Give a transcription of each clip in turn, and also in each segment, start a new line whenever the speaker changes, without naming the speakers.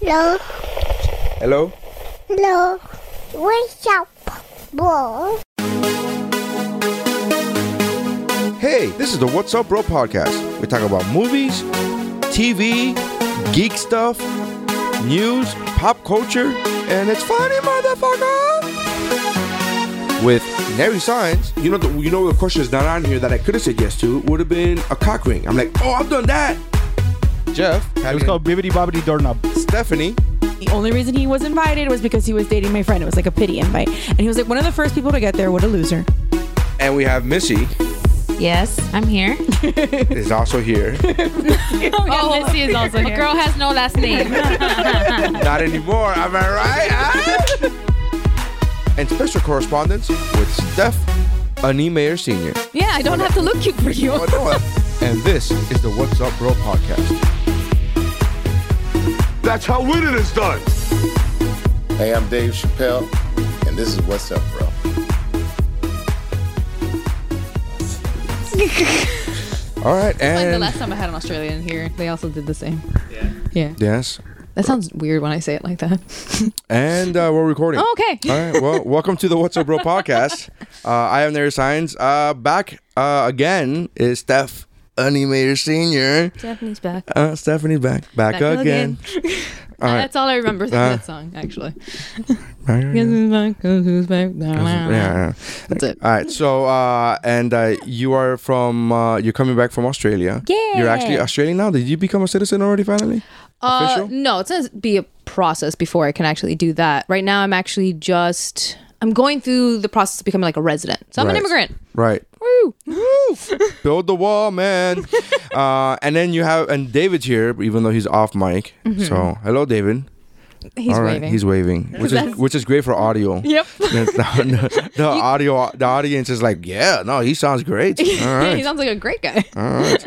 Hello,
Hello?
hello. Wake up, ball.
Hey, this is the What's Up Bro podcast. We talk about movies, TV, geek stuff, news, pop culture, and it's funny, motherfucker! With Nary Signs. You know, the, you know, the question is not on here that I could have said yes to would have been a cock ring. I'm like, oh, I've done that. Jeff,
It was called Bibbidi Bobbidi Doorknob.
Stephanie.
The only reason he was invited was because he was dating my friend. It was like a pity invite. And he was like one of the first people to get there. What a loser.
And we have Missy
Yes, I'm here.
is also here.
Oh, Missy is also here. A girl has no last name.
Not anymore. Am I right? huh? and special correspondence with Steph Annie Mayer Sr.
yeah, I don't have to look cute for you.
Oh, no. and this is the What's Up Bro podcast.
That's how winning is done.
Hey, I'm Dave Chappelle, and this is What's Up, Bro.
All right,
Like the
and
last time I had an Australian here, they also did the same. Yeah. Yeah.
yes,
That sounds weird when I say it like that.
and uh, we're recording.
Oh, okay.
All right. Well, welcome to the What's Up Bro podcast. Uh, I am Nary Signs. Uh, back uh, again is Steph Annie Mayer Sr.
Stephanie's back.
Uh, Stephanie back back,
Back
again.
again.
All right.
That's all I remember from
Uh,
that song, actually.
Yeah,
Yeah.
yeah.
That's it.
All right. So, uh, and uh, you are from, uh, you're coming back from Australia.
Yeah.
You're actually Australian now. Did you become a citizen already finally?
Uh,
Official?
no, it's going to be a process before I can actually do that. Right now, I'm actually just, I'm going through the process of becoming like a resident. So I'm
Right.
an immigrant.
Right.
Woo.
Build the wall, man. uh, and then you have, and David's here, even though he's off mic. So, hello, David.
Mm-hmm. He's waving.
He's waving, which is which is great for audio.
Yep.
the, the- the audio, the audience is like, yeah, no, he sounds great. All
he
right.
sounds like a great guy.
All right.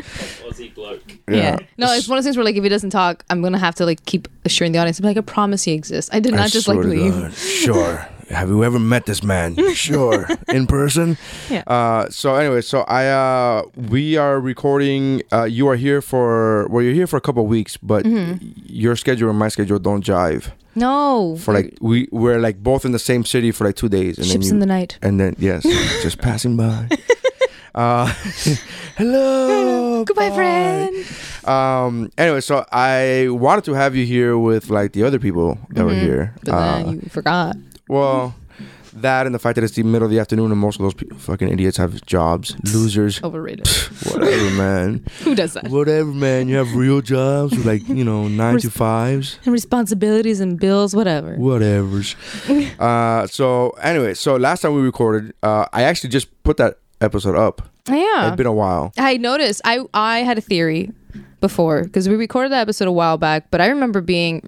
Yeah. No, it's one of those things where like if he doesn't talk, I'm gonna have to like keep assuring the audience. I'm like, I promise he exists. I did not
I
just like
swear to
leave.
God. Sure. Have you ever met this man? Sure. In person?
Yeah.
Uh, so anyway, so I uh, we are recording. Uh, you are here for well, you're here for a couple of weeks, but
Mm-hmm.
your schedule and my schedule don't jive.
No.
For like we we're like both in the same city for like two days. And
ships
then you,
in the night.
And then yes, just passing by. Uh, hello.
Goodbye,
bye.
friend.
Um. Anyway, so I wanted to have you here with like the other people that
Mm-hmm.
were here.
But
Uh,
then you forgot.
well, that and the fact that it's the middle of the afternoon and most of those pe- fucking idiots have jobs. Losers.
Overrated.
Whatever, man.
Who does that?
Whatever, man. You have real jobs with like, you know, nine to fives.
And responsibilities and bills, whatever.
Whatever's. Uh, so, anyway, so last time we recorded, uh, I actually just put that episode up.
Yeah.
It's been a while.
I noticed. I I had a theory before because we recorded that episode a while back, but I remember being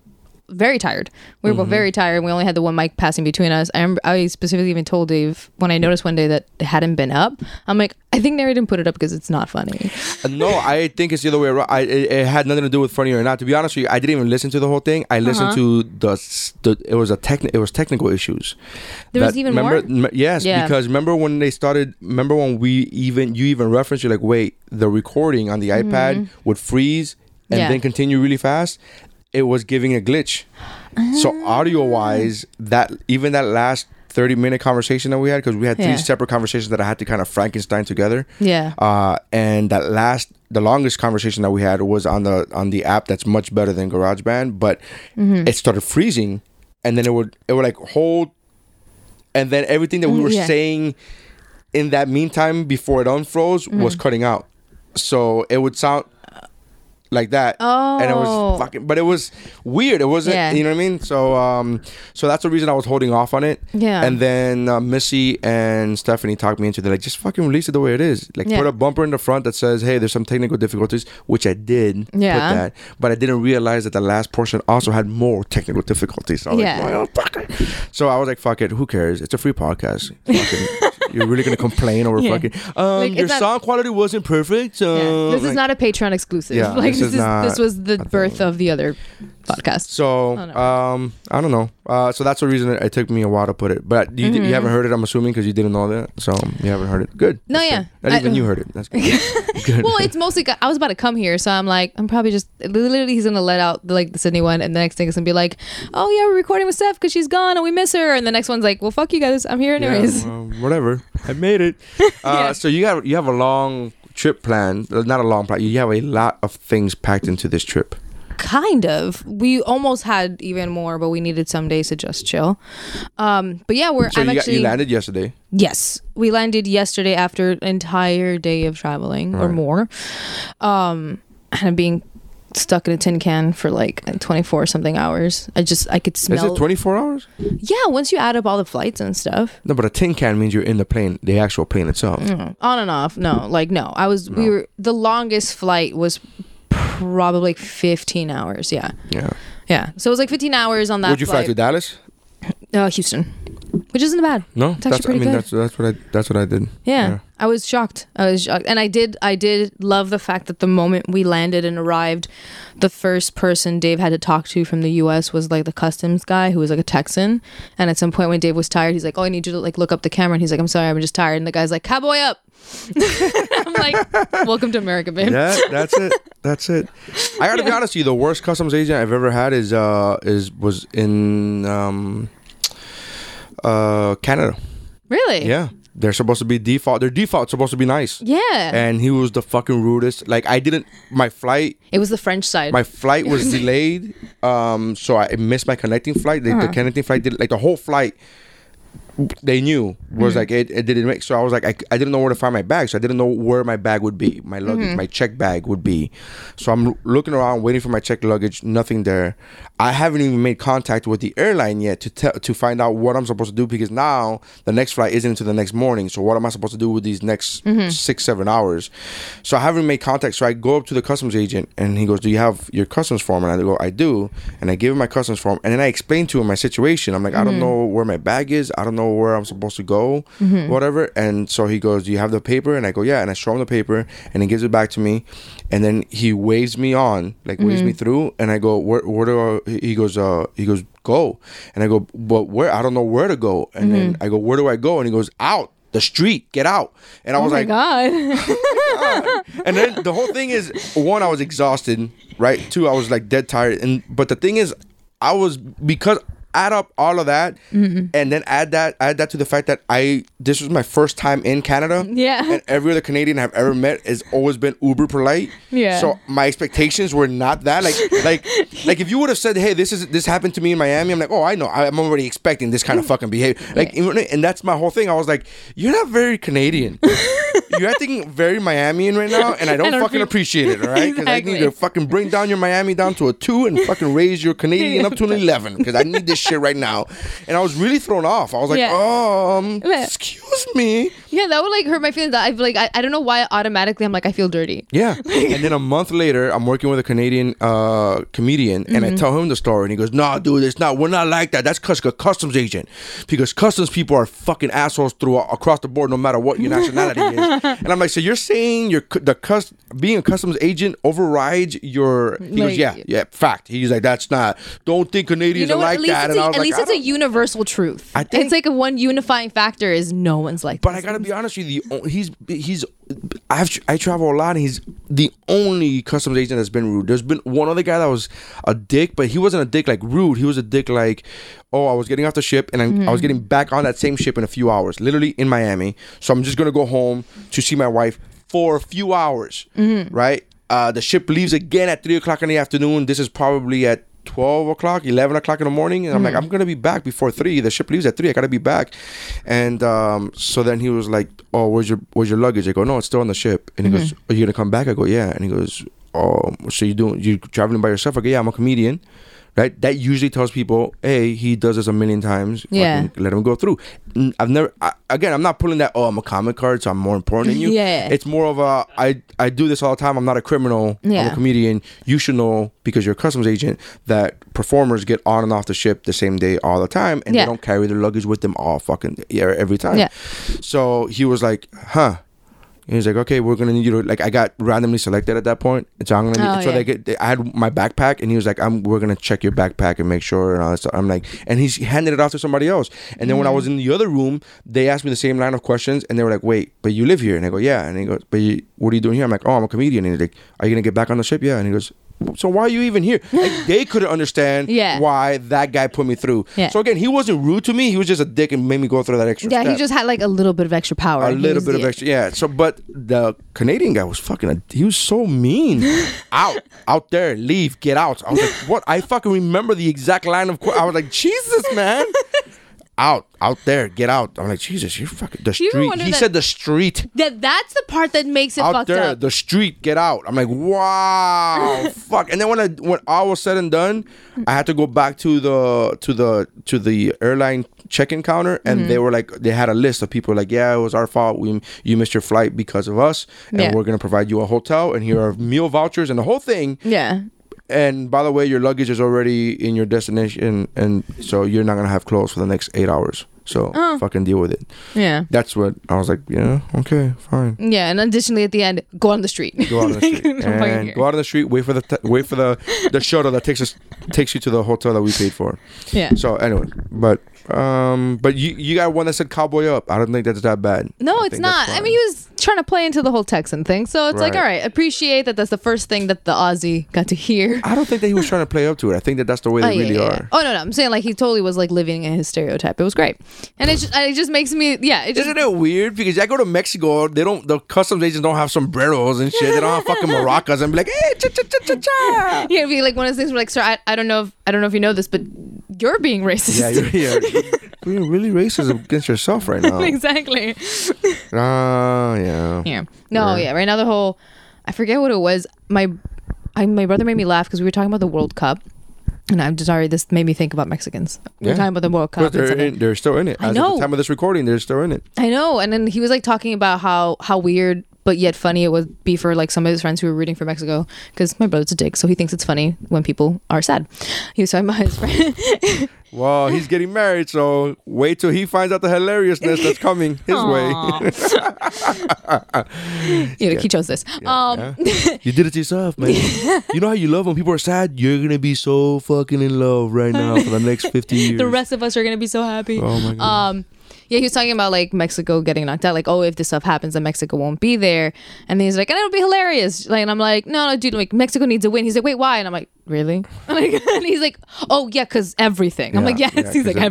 very tired. We were
Mm-hmm.
both very tired. and We only had the one mic passing between us. I remember, I specifically even told Dave when I noticed one day that it hadn't been up. I'm like, I think Nary didn't put it up because it's not funny.
Uh, No, I think it's the other way around. I, it, it had nothing to do with funny or not. To be honest with you, I didn't even listen to the whole thing. I
Uh-huh.
listened to the, s- the it was a techni- it was technical issues.
There was
That-
even
remember,
more?
m- yes,
Yeah.
because remember when they started? Remember when we even you even referenced you're like, wait, the recording on the iPad would freeze and
Mm-hmm. Yeah.
then continue really fast. It was giving a glitch. So
Ah.
audio wise, that even that last. 30 minute conversation that we had because we had three
Yeah.
separate conversations that I had to kind of Frankenstein together.
Yeah.
Uh, and that last, the longest conversation that we had was on the on the app that's much better than GarageBand, but
Mm-hmm.
it started freezing, and then it would it would like hold, and then everything that we
Mm,
were
yeah.
saying in that meantime before it unfroze
Mm-hmm.
was cutting out, so it would sound like that. and it
Oh.
was fucking, but it was weird. It wasn't,
Yeah.
you know what I mean? So, um, so that's the reason I was holding off on it.
Yeah.
And then uh, Missy and Stephanie talked me into. They're like, just fucking release it the way it is. Like,
Yeah.
put a bumper in the front that says, "Hey, there's some technical difficulties," which I did.
Yeah.
Put that, but I didn't realize that the last portion also had more technical difficulties. So I was
Yeah.
like, "Motherfucker." So I was like, "Fuck it, who cares? It's a free podcast." Fucking- You're really gonna complain over
Yeah.
fucking? Um,
Like,
your
it's not-
sound quality wasn't perfect. So
Yeah. This is
like-
not a Patreon exclusive.
Yeah,
like
this
this,
is
is,
not
this was the
a
birth
thing.
of the other podcast.
So,
Oh, no.
um, I don't know. Uh, so that's the reason it, it took me a while to put it. But you,
Mm-hmm.
you haven't heard it, I'm assuming, because you didn't know that. So um, you haven't heard it. Good.
No,
That's
yeah.
good. Not
I-
even you heard it. That's good. good.
well, it's mostly I was about to come here, so I'm like, I'm probably just literally he's gonna let out like the Sydney one, and the next thing is gonna be like, oh yeah, we're recording with Steph because she's gone and we miss her, and the next one's like, well, fuck you guys, I'm here
Yeah,
anyways.
well, whatever. I made it. Uh, So you got you have a long trip planned. Uh, Not a long plan. You have a lot of things packed into this trip.
kind of. We almost had even more, but we needed some days to just chill. Um, but yeah, we're.
So
I'm
you, got,
actually
you landed yesterday.
yes, we landed yesterday after an entire day of traveling or more, um, and being stuck in a tin can for like 24 something hours. I just I could
Is
smell.
it 24 hours?
Yeah, once you add up all the flights and stuff,
No, but a tin can means you're in the plane, the actual plane itself.
Mm. on and off. No, like no, I was. We were the longest flight was probably 15 hours. Yeah,
Yeah.
yeah. So it was like 15 hours on that.
Would you fly to Dallas?
to? Uh, Houston, which isn't bad.
No,
It's actually
I
pretty
mean
good.
that's that's what I that's what I did.
Yeah. I was shocked. I was shocked. And I did I did love the fact that the moment we landed and arrived, the first person Dave had to talk to from the US was like the customs guy who was like a Texan. And at some point when Dave was tired, he's like, Oh, I need you to like look up the camera and he's like, I'm sorry, I'm just tired. And the guy's like, Cowboy up I'm like, Welcome to America, babe.
Yeah, that's it. That's it. I gotta be honest with you. The worst customs agent I've ever had is uh is was in um uh Canada.
Really?
Yeah, they're supposed to be default. Their default's supposed to be nice.
Yeah.
And he was the fucking rudest. Like I didn't. My flight.
it was the French side. Oh
My flight was delayed. Um, so I missed my connecting flight. The, the connecting flight did like the whole flight. They knew was like it, it didn't make. So I was like I, I didn't know where to find my bag. So I didn't know where my bag would be. My luggage, my check bag would be. So I'm looking around, waiting for my check luggage. Nothing there. I haven't even made contact with the airline yet to tell to find out what I'm supposed to do because now the next flight isn't until the next morning. So what am I supposed to do with these next six seven hours? So I haven't made contact. So I go up to the customs agent and he goes, "Do you have your customs form?" And I go, "I do." And I give him my customs form and then I explain to him my situation. I'm like, "I don't know where my bag is. I don't know where I'm supposed to go, whatever." And so he goes, "Do you have the paper?" And I go, "Yeah." And I show him the paper and he gives it back to me, and then he waves me on, like waves me through, and I go, "Where? Where do?" I, he goes, "Uh." He goes, "Go." And I go, "But where? I don't know where to go." And then I go, "Where do I go?" And he goes, "Out." The street, get out. And I was like,
God.
and then the whole thing is one, I was exhausted, right? Two, I was like dead tired. And but the thing is, I was because add up all of that and then add that add that to the fact that I this was my first time in Canada.
Yeah.
And every other Canadian I've ever met has always been uber polite.
Yeah.
So my expectations were not that. Like like like if you would have said, Hey, this is this happened to me in Miami, I'm like, Oh, I know. I, am already expecting this kind of fucking behavior. Like you know, and that's my whole thing. I was like, You're not very Canadian. You're acting very Miamian right now, and I don't, fucking appreciate it, all right? Because I need to fucking bring down your Miami down to a two and fucking raise your Canadian up to an 11 because I need this shit right now. And I was really thrown off. I was like,
Yeah.
oh, um,
Yeah.
excuse me.
yeah, that would like hurt my feelings. I've like I, I don't know why automatically I'm like, I feel dirty.
Yeah. and then a month later, I'm working with a Canadian uh, comedian, and
Mm-hmm.
I tell him the story, and he goes, "Nah, dude, it's not. We're not like that. That's because a customs agent, because customs people are fucking assholes through uh, across the board, no matter what your nationality is." And I'm like, "So you're saying your cu- the cus- being a customs agent overrides your?" He goes,
Like-
"Yeah, yeah, fact." He's like, "That's not. Don't think
You
Canadians
know
are
what?
like
at least
that."
it's
and I
a,
was
at
like,
least
"I
it's a
don't-
universation truth.
I think-
it's like a one unifying factor is no one's like.
But I
this.
gotta be honest with you. The, o- he's he's I've tr- I travel a lot, and he's the only customs agent that's been rude. There's been one other guy that was a dick, but he wasn't a dick like rude. He was a dick like, oh, I was getting off the ship, and I'm, I was getting back on that same ship in a few hours, literally in Miami. So I'm just gonna go home to see my wife for a few hours,
Mm-hmm.
right? Uh, the ship leaves again at three o'clock in the afternoon. This is probably at 12 o'clock 11 o'clock in the morning and i'm
Mm-hmm.
like i'm gonna be back before three the ship leaves at three i gotta be back and um so then he was like oh where's your where's your luggage i go no it's still on the ship and he goes
Mm-hmm.
are you gonna come back i go yeah and he goes oh so you doing you traveling by yourself i go yeah i'm a comedian right that usually tells people hey he does this a million times
Yeah.
Fucking let him go through N- i've never I, again i'm not pulling that oh i'm a comic card so i'm more important than you
Yeah.
it's more of a i i do this all the time i'm not a criminal i'm
Yeah.
a comedian you should know because you're a customs agent that performers get on and off the ship the same day all the time and
Yeah.
they don't carry their luggage with them all fucking yeah every time
Yeah.
so he was like huh And he's like, okay, we're gonna need you to like. I got randomly selected at that point, and so I'm gonna. Need,
Oh,
so
yeah.
they get. They, I had my backpack, and he was like, I'm. We're gonna check your backpack and make sure and all that stuff. I'm like, and he's handed it off to somebody else. And then when I
Mm.
was in the other room, they asked me the same line of questions, and they were like, wait, but you live here? And I go, yeah. And he goes, but you, what are you doing here? I'm like, oh, I'm a comedian. And he's like, are you gonna get back on the ship? Yeah. And he goes. So why are you even here? Like they couldn't understand
Yeah.
why that guy put me through.
Yeah.
So again, he wasn't rude to me. He was just a dick and made me go through that extra.
Yeah, he
step
just had like a little bit of extra power.
a
He
little
was
bit of
the-
extra yeah so but the canadian guy was fucking a, he was so mean out out there leave get out i was like what i fucking remember the exact line of qu- i was like jesus man out out there get out i'm like jesus you're fucking the
You ever
street
wonder
he
that-
said the street
That that's the part that makes it
out
fucked
there
up.
the street get out i'm like wow fuck and then when i when all was said and done i had to go back to the to the to the airline check-in counter and
Mm-hmm.
they were like they had a list of people like yeah it was our fault we you missed your flight because of us and
Yeah.
we're gonna provide you a hotel and here are meal vouchers and the whole thing
yeah.
and by the way your luggage is already in your destination and so you're not gonna have clothes for the next eight hours so
Uh.
fucking deal with it
Yeah.
that's what i was like yeah okay fine
Yeah, and additionally at the end, go on the street.
go out on the
Like,
street
I'm fucking
and
here.
go out on the street. Wait for the t- wait for the the shuttle that takes us takes you to the hotel that we paid for.
Yeah.
So anyway, but um, but you you got one that said cowboy up. I don't think that's that bad.
No,
I
it's
think that's
not. I
fine.
mean, he was trying to play into the whole Texan thing. So it's like,
Right.
all right, appreciate that that's the first thing that the Aussie got to hear.
I don't think that he was trying to play up to it. I think that that's the way
Oh,
they
yeah,
really
yeah, yeah.
are.
Oh, no, no. I'm saying like he totally was like living in his stereotype. It was great. And it just, it just makes me, yeah, it just,
Isn't it weird? Because I go to Mexico, they don't. The customs agents don't have sombreros and shit. They don't have fucking maracas and be like, hey, cha cha cha cha cha.
yeah, it'd be like one of those things where like, sir, I, I don't know if, I don't know if you know this, but you're being racist.
Yeah, you're here. You're really racist against yourself right now.
exactly.
Ah, yeah.
Yeah. No, yeah. Right now the whole I forget what it was. My I, my brother made me laugh because we were talking about the World Cup. And I'm sorry, this made me think about Mexicans. We We're
Yeah.
talking about the World
But
Cup. and
they're,
stuff like-
in, they're still in it.
I
As At
know.
the time of this recording, they're still in it.
I know. And then he was like talking about how how weird but yet funny it would be for like some of his friends who were rooting for Mexico because my brother's a dick, so he thinks it's funny when people are sad. He was talking about his friend.
Well, he's getting married, so wait till he finds out the hilariousness that's coming his way.
you know, He chose this. um,
you did it to yourself, man. you know how you love when people are sad? You're gonna be so fucking in love right now for the next 50 years.
the rest of us are gonna be so happy.
Oh my god.
Um, yeah, he was talking about like Mexico getting knocked out. Like, oh, if this stuff happens, then Mexico won't be there. And then he's like, and it'll be hilarious. Like, and I'm like, no, no, dude, like Mexico needs a win. He's like, wait, why? And I'm like, really? Like, and he's like, oh yeah, cause everything. I'm like,
Yeah,
yes.
yeah,
he's
'cause
like,
of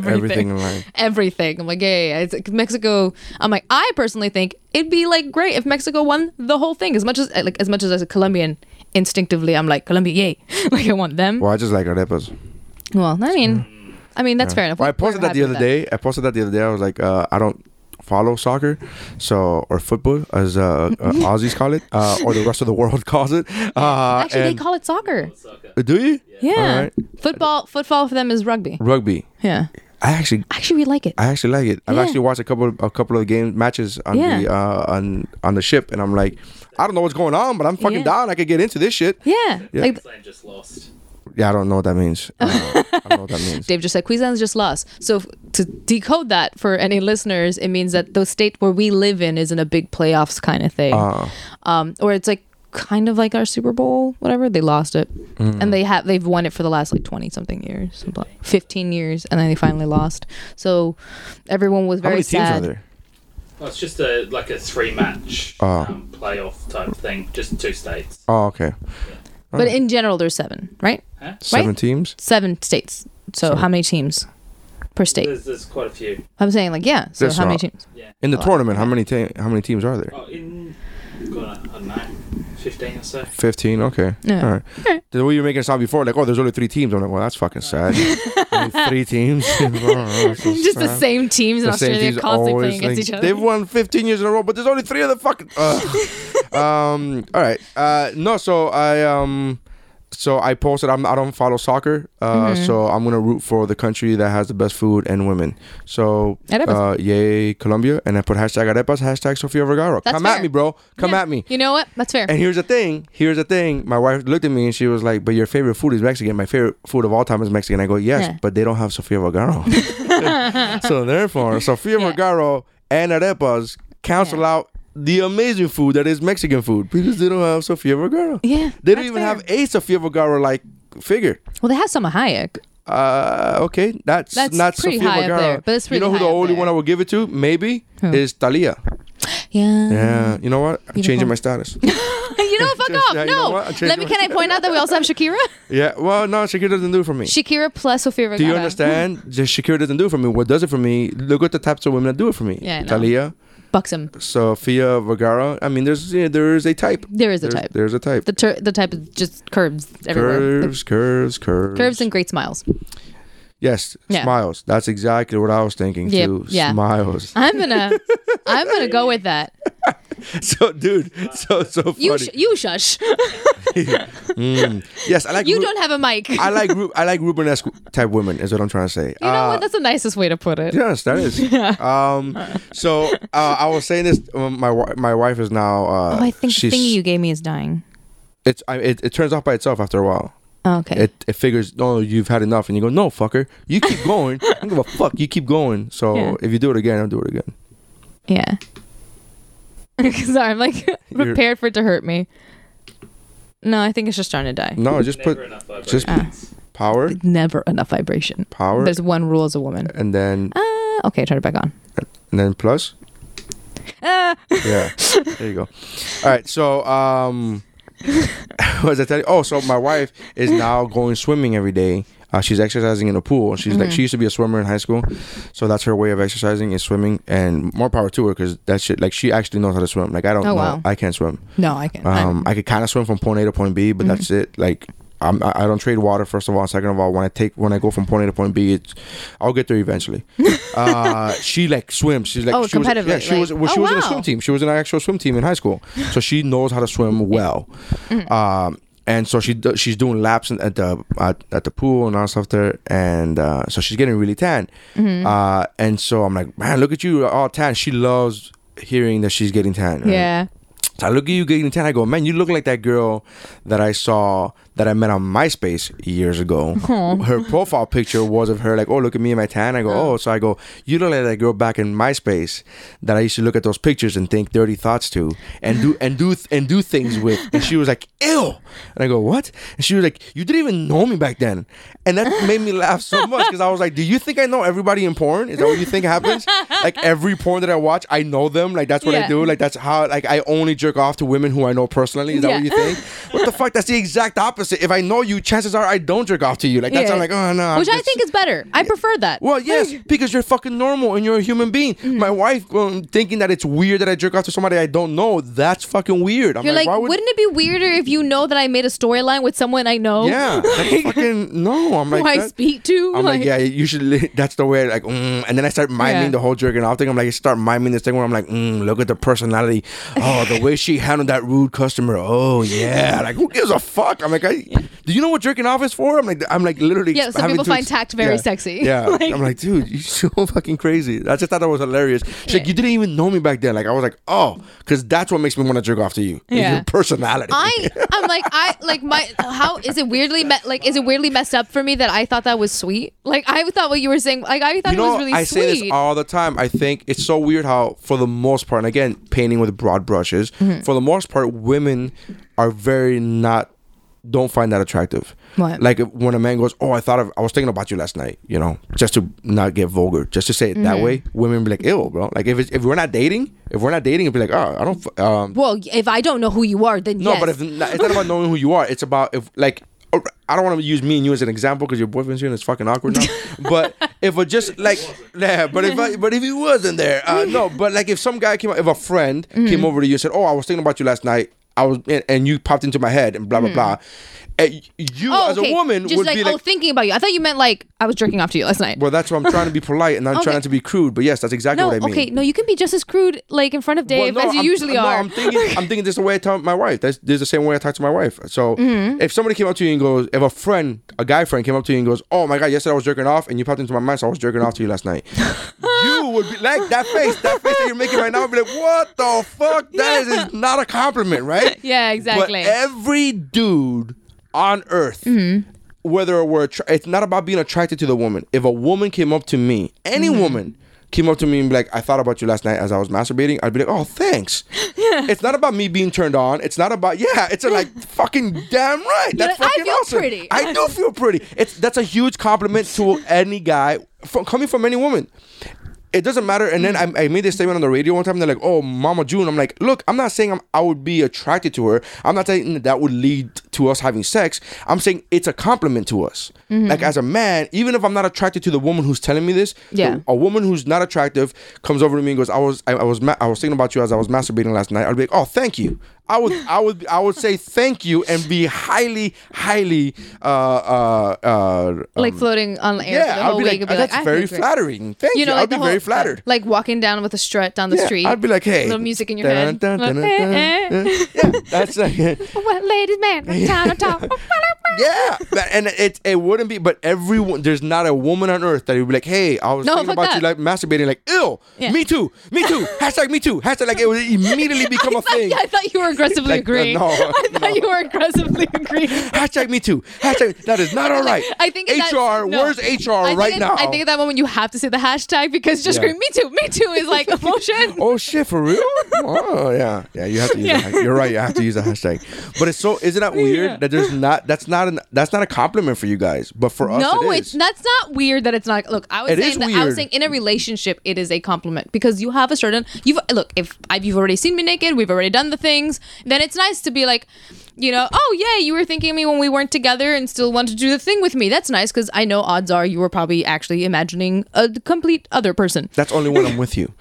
everything
everything. Everything,
in life.
I'm like, yeah, yeah, yeah. It's like, Mexico. I'm like, I personally think it'd be like great if Mexico won the whole thing. As much as like, as much as as a Colombian, instinctively, I'm like, Colombia, yay. like, I want them.
well, I just like arepas.
Well, I mean, I mean that's fair enough.
Well, I
We're
posted that
happy
the
with
other day. I posted that the other day. I was like, uh, I don't follow soccer, so or football as uh, uh, Aussies call it, uh, or the rest of the world calls it. Uh,
Actually,
and-
they call it soccer.
do you All
Yeah.
right.
Football football for them is rugby.
rugby?
Yeah.
I actually
Actually we like it.
I actually like it. I've
Yeah.
actually watched a couple a couple of game matches on the
Yeah.
uh, on on the ship, and I'm like, I don't know what's going on, but I'm fucking
Yeah.
down. I could get into this shit.
yeah.
Yeah.
Like
Yeah, I don't know what that means. Uh, I don't know what that means.
Dave just said Queensland's just lost. So f- to decode that for any listeners, it means that the state where we live in isn't a big playoffs kind of thing.
Uh,
um or it's like kind of like our Super Bowl, whatever. They lost it.
Mm.
And they have they've won it for the last like 20 something years, something like 15 years and then they finally lost. So everyone was
how
very
many teams
sad.
are there?
No, it's just a like a three match
Oh.
um, playoff type thing. Just two states.
Oh, okay,
But
Oh.
in general there's 7, right?
seven teams.
7 states. So how many teams per state?
There's, there's quite a few.
I'm saying like yeah. So
That's
how many
not-
teams?
In the tournament, how many te- how many teams are there?
Oh, in God, I don't know, fifteen or so.
Fifteen. Okay.
Yeah.
All right. The way you were making it sound before, like, oh, there's only three teams. I'm like, well, that's fucking sad. Only three teams. Oh,
Just the same teams in
The same
Australia
teams
constantly playing
always,
against
like,
each other.
They've won 15 years in a row, but there's only three of the fucking. Ugh. um. All right. Uh. No. So I um. So I posted. I'm. I don't follow soccer. Uh.
Mm-hmm.
So I'm gonna root for the country that has the best food and women. So.
Arepas.
Uh. Yay, Colombia! And I put hashtag arepas, hashtag Sofia Vergara.
That's
Come at
fair.
me, bro. Come
Yeah.
at me.
You know what? That's fair.
And here's the thing. Here's the thing. My wife looked at me and she was like, "But your favorite food is Mexican. My favorite food of all time is Mexican." I go, "Yes,
Yeah.
but they don't have Sofia Vergara." so therefore, Sofia Vergara and arepas cancel out the amazing food that is Mexican food because they don't have Sofia Vergara.
Yeah,
They don't
that's
even
fair.
have a Sofia Vergara like figure.
Well, they have some Hayek.
Uh, okay, that's,
That's
not
pretty
Sofia
high up
Vergara.
there, but it's
you know who the
pretty high up
only
there.
one I would give it to maybe
Who? Mm-hmm.
is Thalia.
Yeah.
Yeah, you know what? I'm changing my status.
you know, fuck
Just-
off.
yeah, you know
no.
what? I changed
Let me.
my-
Can I point out that we also have Shakira?
yeah, well, no, Shakira doesn't do it for me.
Shakira plus Sofia Vergara.
do you understand? The Shakira doesn't do it for me. What does it for me? Look at the types of women that do it for me.
Yeah, I know.
Thalia,
Buxom.
Sofia Vergara. I mean, there's yeah, there is a type.
There is a
There's-
type.
There's a type.
The tur- the type of just curves everywhere.
curves, curves, curves.
The curves and great smiles.
yes,
Yeah.
smiles. That's exactly what I was thinking
Yep,
too.
yeah.
Smiles.
I'm gonna I'm gonna go with that.
so, dude, so so funny.
You sh- you shush.
yes, I like.
You
Ru-
don't have a mic.
I like uh, Ru- I like Rubenesque type women is what I'm trying to say.
you know what? That's the nicest way to put it.
Yes, that is. Um, so uh, I was saying this. Um, my wi- my wife is now. Uh,
Oh, I think the
she's,
thing you gave me is dying.
It's I, it, it turns off by itself after a while.
Oh, Okay.
It it figures. No, you've had enough, and you go, no, fucker, you keep going. I don't give a fuck. You keep going. So
Yeah.
if you do it again, I'll do it again.
yeah. Sorry, I'm like prepared for it to hurt me. No, I think it's just trying to die.
No, just
Never
put
enough
just
vibration.
power,
Never enough vibration.
power,
Ah. There's one rule as a woman.
and then
Uh, okay, turn it back on.
and then plus.
Ah.
Yeah. there you go. All right. So, um, what was I telling? Oh, so my wife is now going swimming every day. Uh, she's exercising in a pool. She's
Mm-hmm.
like she used to be a swimmer in high school, so that's her way of exercising is swimming. And more power to her because that shit like she actually knows how to swim. Like I don't
Oh,
know,
wow.
I can't swim.
No, I can't.
Um, I could kind of swim from point A to point B, but that's
Mm-hmm.
it. Like I'm, I I don't trade water. First of all, second of all, when I take when I go from point A to point B, it's, I'll get there eventually. uh, she like swims. She's like
Oh,
she was,
competitively,
Yeah, she
like-
was. Well,
oh,
she was in a
wow.
swim team. She was in an actual swim team in high school, so she knows how to swim well.
Mm-hmm.
Um, and so she do- she's doing laps in- at the at, at the pool and all that stuff there, and uh, so she's getting really tan.
Mm-hmm.
Uh, and so I'm like, man, look at you, all tan. She loves hearing that she's getting tan. right?
yeah.
So I look at you getting tan. I go, man, you look like that girl that I saw that I met on MySpace years ago. Her profile picture was of her, like, oh, look at me in my tan. I go, oh, so I go, you look like that girl back in MySpace that I used to look at those pictures and think dirty thoughts to, and do and do and do things with. And she was like, ew. And I go, what? And she was like, you didn't even know me back then. And that made me laugh so much because I was like, do you think I know everybody in porn? Is that what you think happens? like every porn that I watch, I know them. Like that's what I
Yeah.
do. Like that's how like I only jerk off to women who I know personally. Is that what you
Yeah.
think? what the fuck? That's the exact opposite. If I know you, chances are I don't jerk off to you. Like that's
Yeah.
I'm like, oh no. I'm
Which I
just-
think is better. I prefer that.
well, yes, because you're fucking normal and you're a human being.
Mm-hmm.
My wife um, thinking that it's weird that I jerk off to somebody I don't know. That's fucking weird. I'm
You're like,
why would
wouldn't it be weirder if you know that I made a storyline with someone I know?
yeah, that's fucking no. I'm
who
like,
I
that-
speak to?
I'm like, yeah, you should. Li- that's the way. Like, mm. and then I start miming
Yeah.
the whole jerking off thing. I'm like, I start miming this thing where I'm like, mm, look at the personality. Oh, the way she handled that rude customer. Oh yeah, like who gives a fuck? I'm like, I, do you know what jerking off is for? I'm like, I'm like literally.
Yeah, some
having
people
to
find
ex-
tact very
yeah.
sexy.
Yeah,
Like-
I'm like, dude, you're so fucking crazy. I just thought that was hilarious. She's like,
Yeah.
you didn't even know me back then. Like, I was like, oh, because that's what makes me want to jerk off to you. is
Yeah.
your personality.
I I'm like I like my how is it weirdly me- like is it weirdly messed up for me that I thought that was sweet? Like I thought what you were saying like I thought
you
it
know,
was really
I
sweet.
say this all the time. I think it's so weird how, for the most part, and again, painting with broad brushes,
Mm-hmm.
for the most part, women are very not don't find that attractive.
What?
Like if- when a man goes, "Oh, I thought of, I was thinking about you last night," you know, just to not get vulgar, just to say it
Mm-hmm.
that way. Women be like, "Ew, bro." Like if it's, if we're not dating, if we're not dating, it'd be like, "Oh, I don't." f- Um,
well, if I don't know who you are, then
no,
yes.
but if not, it's not about knowing who you are. It's about if like or- I don't want to use me and you as an example because your boyfriend's here and it's fucking awkward now. but if it just like yeah, but if I, but if he wasn't there, uh, no. But like if some guy came, if a friend
Mm-hmm.
came over to you and said, "Oh, I was thinking about you last night," I was and, and you popped into my head and blah blah blah. And you
oh,
as
okay.
a woman
just
would
like,
be like,
oh, thinking about you. I thought you meant like I was jerking off to you last night.
"Well, that's why I'm trying to be polite and I'm
Okay.
trying not to be crude." But yes, that's exactly
no,
what I mean.
okay, no, you can be just as crude like in front of Dave
Well, no,
as you
I'm-
usually
no,
are.
I'm thinking, I'm thinking this is the way I tell my wife. That's this is the same way I talk to my wife. So
Mm-hmm.
if somebody came up to you and goes, if a friend, a guy friend came up to you and goes, "Oh my god, yesterday I was jerking off," and you popped into my mind, so I was jerking off to you last night. you would be like that face, that face that you're making right now. Would be like, "What the fuck? That is is not a compliment, right?"
Yeah, exactly.
But every dude on earth,
Mm-hmm. Mm-hmm.
whether we're attra- it's not about being attracted to the woman. If a woman came up to me, any woman came up to me and be like, I thought about you last night as I was masturbating, I'd be like, oh, thanks. It's not about me being turned on. It's not about, yeah, it's a, like fucking damn right. That's
like, I
fucking
feel
awesome.
pretty.
I do feel pretty. It's That's a huge compliment to any guy from, coming from any woman. It doesn't matter. And then
Mm.
I, I made this statement on the radio one time. They're like, "Oh, Mama June." I'm like, "Look, I'm not saying I'm, I would be attracted to her. I'm not saying that, that would lead to us having sex. I'm saying it's a compliment to us.
Mm-hmm.
Like as a man, even if I'm not attracted to the woman who's telling me this,
Yeah.
the- a woman who's not attractive comes over to me and goes, "I was, I, I was, ma- I was thinking about you as I was masturbating last night." I'd be like, "Oh, thank you." I would, I would, I would say thank you and be highly, highly, uh, uh, uh
like floating on the air for the
yeah, I'd
whole
be
week.
like,
and be
that's
like, I
very
feel great."
flattering. Thank you.
like
I'd be
the whole-
very flattered.
Like walking down with a strut down the
Yeah,
street.
I'd be like, hey,
little music in your
dun,
head.
dun, dun,
Like,
dun,
eh,
dun,
eh.
dun. Yeah, that's like, yeah,
What ladies man? Time to talk.
That- and it it wouldn't be, but everyone there's not a woman on earth that would be like, hey, I was
No,
thinking
fuck
about you like
that.
masturbating, like, ew,
Yeah.
me too, me too, hashtag me too, hashtag like it would immediately become a thing.
Yeah, I thought you were aggressively
Like, uh,
agreeing.
no,
I thought
no.
you were aggressively agreeing.
Hashtag me too. Hashtag that is not all right.
I think at that-
HR.
no.
Where's HR
I think
right
at-
now?
I think at that moment you have to say the hashtag because just
Yeah.
scream me too, me too is like emotion.
oh shit, for real? Oh yeah, yeah. You have to use. a hash- you're right. You have to use a hashtag. But it's so. Isn't that weird that there's not? That's not an. That's not a compliment for you guys. But for us,
No,
it
it's
is.
that's not weird that it's not. Look, I was
It is
saying that I
weird.
was saying in a relationship it is a compliment because you have a certain you've look if I've, you've already seen me naked, we've already done the things. Then it's nice to be like, you know, oh yeah, you were thinking of me when we weren't together and still wanted to do the thing with me. That's nice because I know odds are you were probably actually imagining a complete other person.
That's only when I'm with you.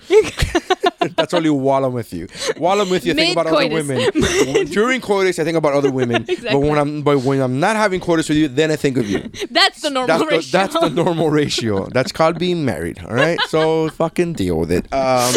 That's only while I'm with you. While I'm with you, I think about other
Mid-coitus.
women. When- During coitus, I think about other women. But when I'm but when I'm not having coitus with you, then I think of you.
That's the normal
That's the,
ratio.
that's the normal ratio. That's called being married. All right, so fucking deal with it. Um,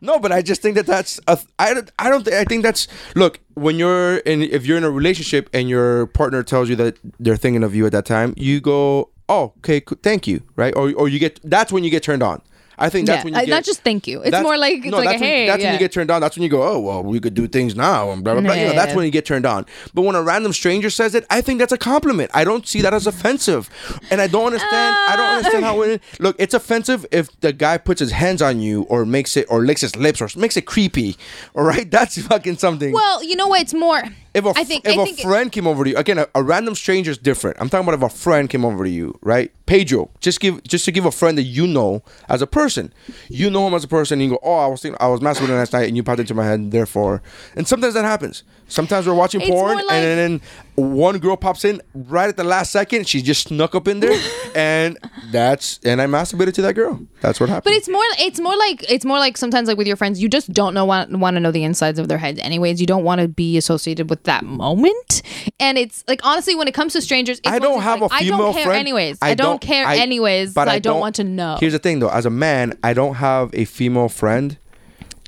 no, but I just think that that's a. I don't. I don't. Think, I think that's. Look, when you're in, if you're in a relationship and your partner tells you that they're thinking of you at that time, you go, "Oh, okay, cool, thank you," right? Or, or you get. That's when you get turned on. I think that's
Yeah,
when you
uh,
get,
not just thank you. It's
that's-
more like- it's like a
that's when,
hey,
That's when
yeah.
you get turned on. That's when you go, oh well, we could do things now and blah blah blah. You know, that's
Yeah.
when you get turned on. But when a random stranger says it, I think that's a compliment. I don't see that as offensive, and I don't understand. I don't understand how it. Look, it's offensive if the guy puts his hands on you or makes it or licks his lips or makes it creepy. All right, that's fucking something.
well, you know what? It's more.
If a,
I think
if
I
a
think
friend came over to you again, a, a random stranger is different. I'm talking about if a friend came over to you, right? Pedro, just give just to give a friend that you know as a person, you know him as a person, and you go, oh, I was thinking, I was masturbating last night, and you popped into my head, therefore, and sometimes that happens. Sometimes we're watching
It's
porn,
more like-
and then one girl pops in right at the last second. She just snuck up in there, and that's and I masturbated to that girl. That's what happened.
But it's more. It's more like it's more like sometimes like with your friends, you just don't know want want to know the insides of their heads. Anyways, you don't want to be associated with that moment. And it's like honestly, when it comes to strangers, it's
I
one
don't
of those
have
things,
a
like,
female
I don't care
friend.
anyways. I, don't, care
I-
anyways. But I, don't, want to know.
Here's the thing, though. As a man, I don't have a female friend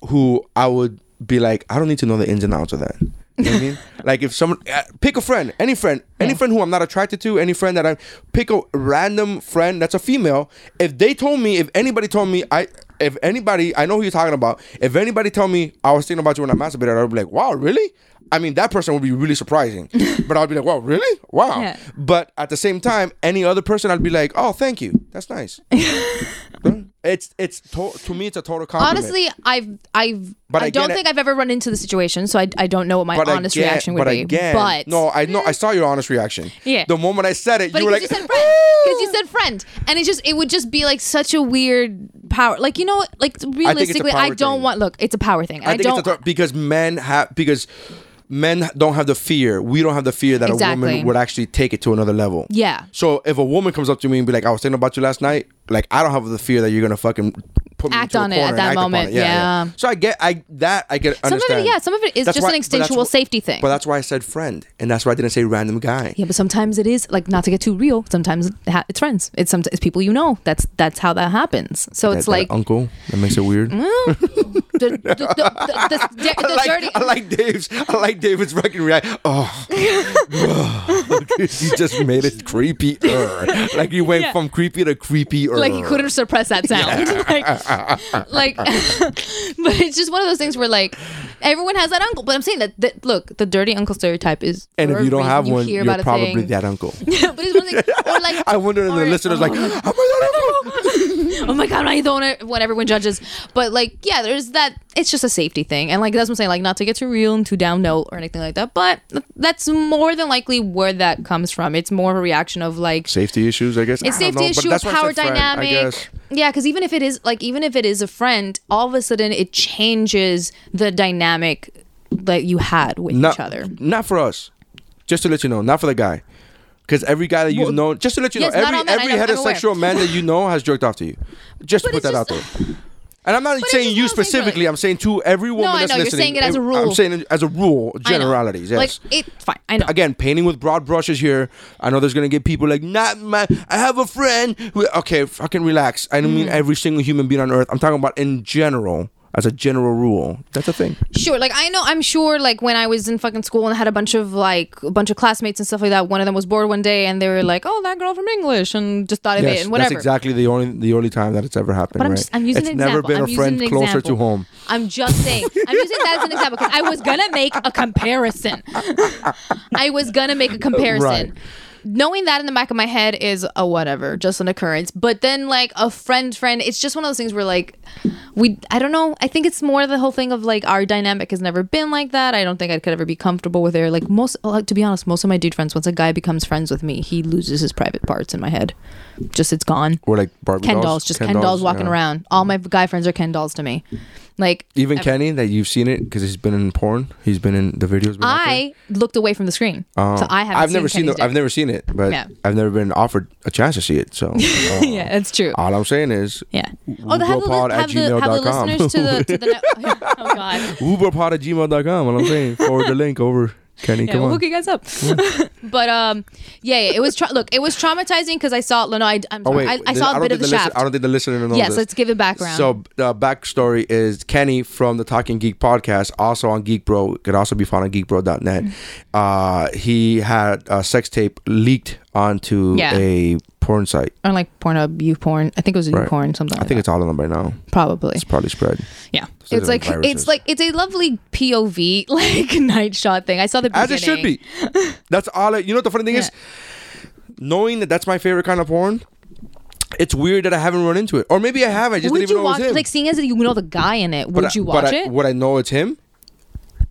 who I would be like, I don't need to know the ins and outs of that. You know what I mean? Like if someone uh, pick a friend, any friend, any friend who I'm not attracted to, any friend that I pick a random friend that's a female. If they told me, if anybody told me, I if anybody I know who you're talking about. If anybody tell me I was thinking about you when I masturbated, I'd be like, wow, really? I mean, that person would be really surprising, but I'd be like, wow, really? Wow.
Yeah.
But at the same time, any other person, I'd be like, oh, thank you, that's nice. it's it's to, to me, it's a total compliment.
honestly, I've I've
But
I,
I
don't
get it.
think I've ever run into the situation, so I, I don't know what my honest
again-
reaction would
but
be.
Again,
but
no, I know I saw your honest reaction.
Yeah.
The moment I said it,
But
you were
because
like,
you said friend, because you said friend, and it just it would just be like such a weird power. Like you know, what? like realistically, I,
power
don't
thing.
want. Look, it's a power thing. and
I
I,
think
don't.
it's a, because men have because men don't have the fear. We don't have the fear that a
Exactly.
woman would actually take it to another level.
Yeah.
So if a woman comes up to me and be like, "I was thinking about you last night," like I don't have the fear that you're gonna fucking put me
Act
into a
on it
corner
at
and
that
act upon
moment,
it.
yeah.
So I get I that I get
of it-
understand.
yeah, some of it is just an
but that's
instinctual
wh-
safety thing.
But that's why I said friend, and that's why I didn't say random guy.
yeah, but sometimes it is like not to get too real. Sometimes it ha- it's friends. It's some it's people you know. That's that's how that happens. So it's
That- that
like Mm-hmm.
uncle. That makes it weird.
the, the, the, the, the, the
I like,
dirty.
I like Dave's. I like David's fucking reaction. Oh, you just made it creepy. Like you went from creepy to creepy.
like he couldn't suppress that sound like like but it's just one of those things where like everyone has that uncle but i'm saying that, that look the dirty uncle stereotype is
And
for
if
a
you don't
reason.
have one,
hear
you're
about a
probably
thing.
that uncle.
but it's one thing or like
I wonder if the
or-
listeners
oh.
like, "Am I that uncle?"
oh my god, why you don't it? When everyone judges, but like, yeah, there's that. It's just a safety thing, and like that's what I'm saying. Like, not to get too real and too down note or anything like that, but th- that's more than likely where that comes from. It's more of a reaction of like
Safety issues, I guess.
it's
I don't
safety
know, but
issue,
that's
it's
why I
power
said friend, I
dynamic.
guess.
yeah, because even if it is like, even if it is a friend, all of a sudden it changes the dynamic that you had with
Not,
each other.
not for us. Just to let you know, not for the guy. Because every guy that you've known, just to let you
yes,
know,
not
every
on that, I
every
know- I'm aware.
heterosexual man that you know has jerked off to you. Just to put
But
that
it's
out there. And I'm not
it's
saying
just
you
not saying for, like-
specifically. I'm saying to every woman
I
that's
know, you're
listening.
saying it as a
I'm
rule.
saying it as a rule,
I know.
generalities. Yes.
Like it, fine. I know.
again painting with broad brushes here i know there's gonna get people like not my i have a friend who, okay fucking relax i don't mean
Mm.
every single human being on earth i'm talking about in general as a general rule that's a thing
Sure, like I know, I'm sure. Like when I was in fucking school and had a bunch of like a bunch of classmates and stuff like that. One of them was bored one day and they were like, "Oh, that girl from English," and just thought of it and whatever.
that's exactly the only the only time that it's ever happened
But I'm
right
just I'm using
it's
an
never
example.
been
I'm
a
using
friend
an
closer
example.
to home
I'm just saying. I'm using that as an example because I was gonna make a comparison. I was gonna make a comparison.
Right.
Knowing that in the back of my head is a whatever, just an occurrence. But then like a friend, friend, it's just one of those things where like we, I don't know. I think it's more the whole thing of like our dynamic has never been like that. I don't think I could ever be comfortable with her. Like most, like to be honest, most of my dude friends, once a guy becomes friends with me, he loses his private parts in my head. Just it's gone.
or like Barbie
Ken dolls, just Ken, dolls, walking
yeah.
around. All my guy friends are Ken dolls to me. Like
even Kenny that you've seen it because he's been in porn he's been in the videos been out there.
I looked away from the screen, so I haven't.
Oh. I've never seen
Kenny's
the, I've
dick.
never seen it but
Yeah.
I've never been offered a chance to see it so uh,
Yeah, that's true.
all I'm saying is
Yeah. Oh, the, have, the,
Uberpod
li-
at
have, the, have the
gmail.com.
listeners to the to the net- oh god.
Uberpod at gmail.com. What I'm saying. Forward the link over, Kenny.
Yeah,
come
we'll
on.
hook you guys up. but um, yeah, yeah, it was. Tra- look, it was traumatizing because I saw. No, no, I, I'm sorry. I, I
then
saw a
don't
bit of
think
the
listen-
shaft.
Oh, I don't think the listener knows.
Yes,
this.
let's give it background.
So the backstory is Kenny from the Talking Geek podcast, also on Geek Bro, could also be found on geekbro.net.
Mm-hmm.
Uh, he had a sex tape leaked onto
Yeah.
a porn site.
or like Pornhub, YouPorn. I think it was YouPorn.
Right.
porn, something.
I think it's all of them by now.
it's probably.
It's probably spread.
Yeah,
So
it's
they're
like
viruses.
it's like it's a lovely POV like night shot thing. I saw the
As it should
beginning.
be. That's all. I, you know what the funny thing is? Knowing that that's my favorite kind of porn, it's weird that I haven't run into it. Or maybe I have. I just
Would
didn't even
you
know
watch
it was him.
like seeing as you know the guy in it? Would
But I-
you
but
watch
I-
it?
Would I know it's him?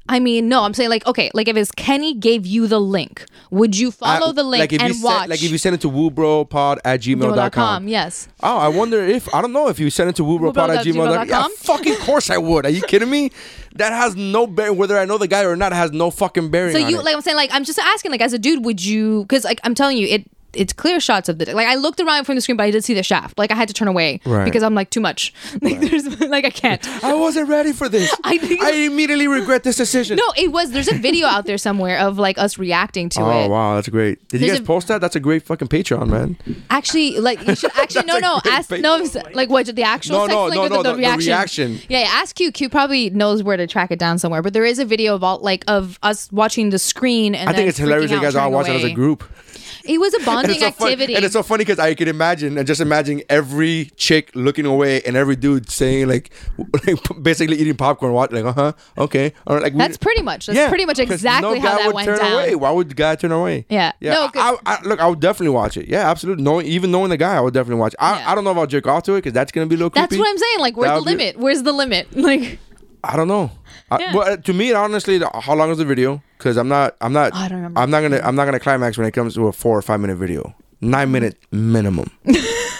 I mean, no. I'm saying like okay, like if it's Kenny gave you the link, would you follow
I-
the link
like if
and
you
watch?
Send, like if you send it to woobropod at gmail.com.
gmail.com, Yes.
Oh, I wonder if I don't know if you send it to woobropod at gmail.com. Yeah,
woobropod@gmail.com?
fucking course I would. Are you kidding me? That has no bearing whether I know the guy or not has no fucking bearing.
So
on
you
it.
like I'm saying like I'm just asking like as a dude, would you? Because like I'm telling you it. It's clear shots of the dick. Like I looked around from the screen, but I did see the shaft. Like I had to turn away
Right.
because I'm like too much. Like there's like I can't.
I wasn't ready for this.
I think-
I immediately regret this decision.
No, it was. There's a video out there somewhere of like us reacting to
Oh
it.
wow, that's great. Did you
There's
guys
a-
post that? That's a great fucking Patreon, man.
Actually, like you should actually no
That's a
no
great
ask
bait.
no it's- like what the actual
No,
sex
no,
link
no,
or the,
no,
the
the- the
reaction.
reaction.
Yeah, yeah, ask Q. Q probably knows where to track it down somewhere. But there is a video of all like of us watching the screen and
I think
then
it's hilarious that
freaking
you guys all
out, turning
watch it as a
away.
group.
It was a
And
bonding
it's so fun-
activity.
and it's so funny because I can imagine and just imagine every chick looking away and every dude saying like, like basically eating popcorn, watch like, uh huh, okay, all right, like we-
that's pretty much that's
Yeah,
pretty much
'cause
exactly
no
how
guy
that
would
went
turn
down.
Away. Why would the guy turn away?
Yeah.
yeah.
No,
I, I, I- look, I would definitely watch it. Yeah, absolutely. Knowing even knowing the guy, I would definitely watch. it. I,
Yeah.
I don't know if I'll jerk off to it because that's gonna be a little.
That's
creepy.
what I'm saying. Like, where's
That
the
would be-
limit? Where's the limit? Like,
I don't know. I,
Yeah.
But uh, to me, honestly, the- how long is the video? Because I'm not, I'm not,
Oh, I don't remember.
I'm not gonna, I'm not gonna climax when it comes to a four or five minute video.
Mm-hmm.
Nine minute minimum.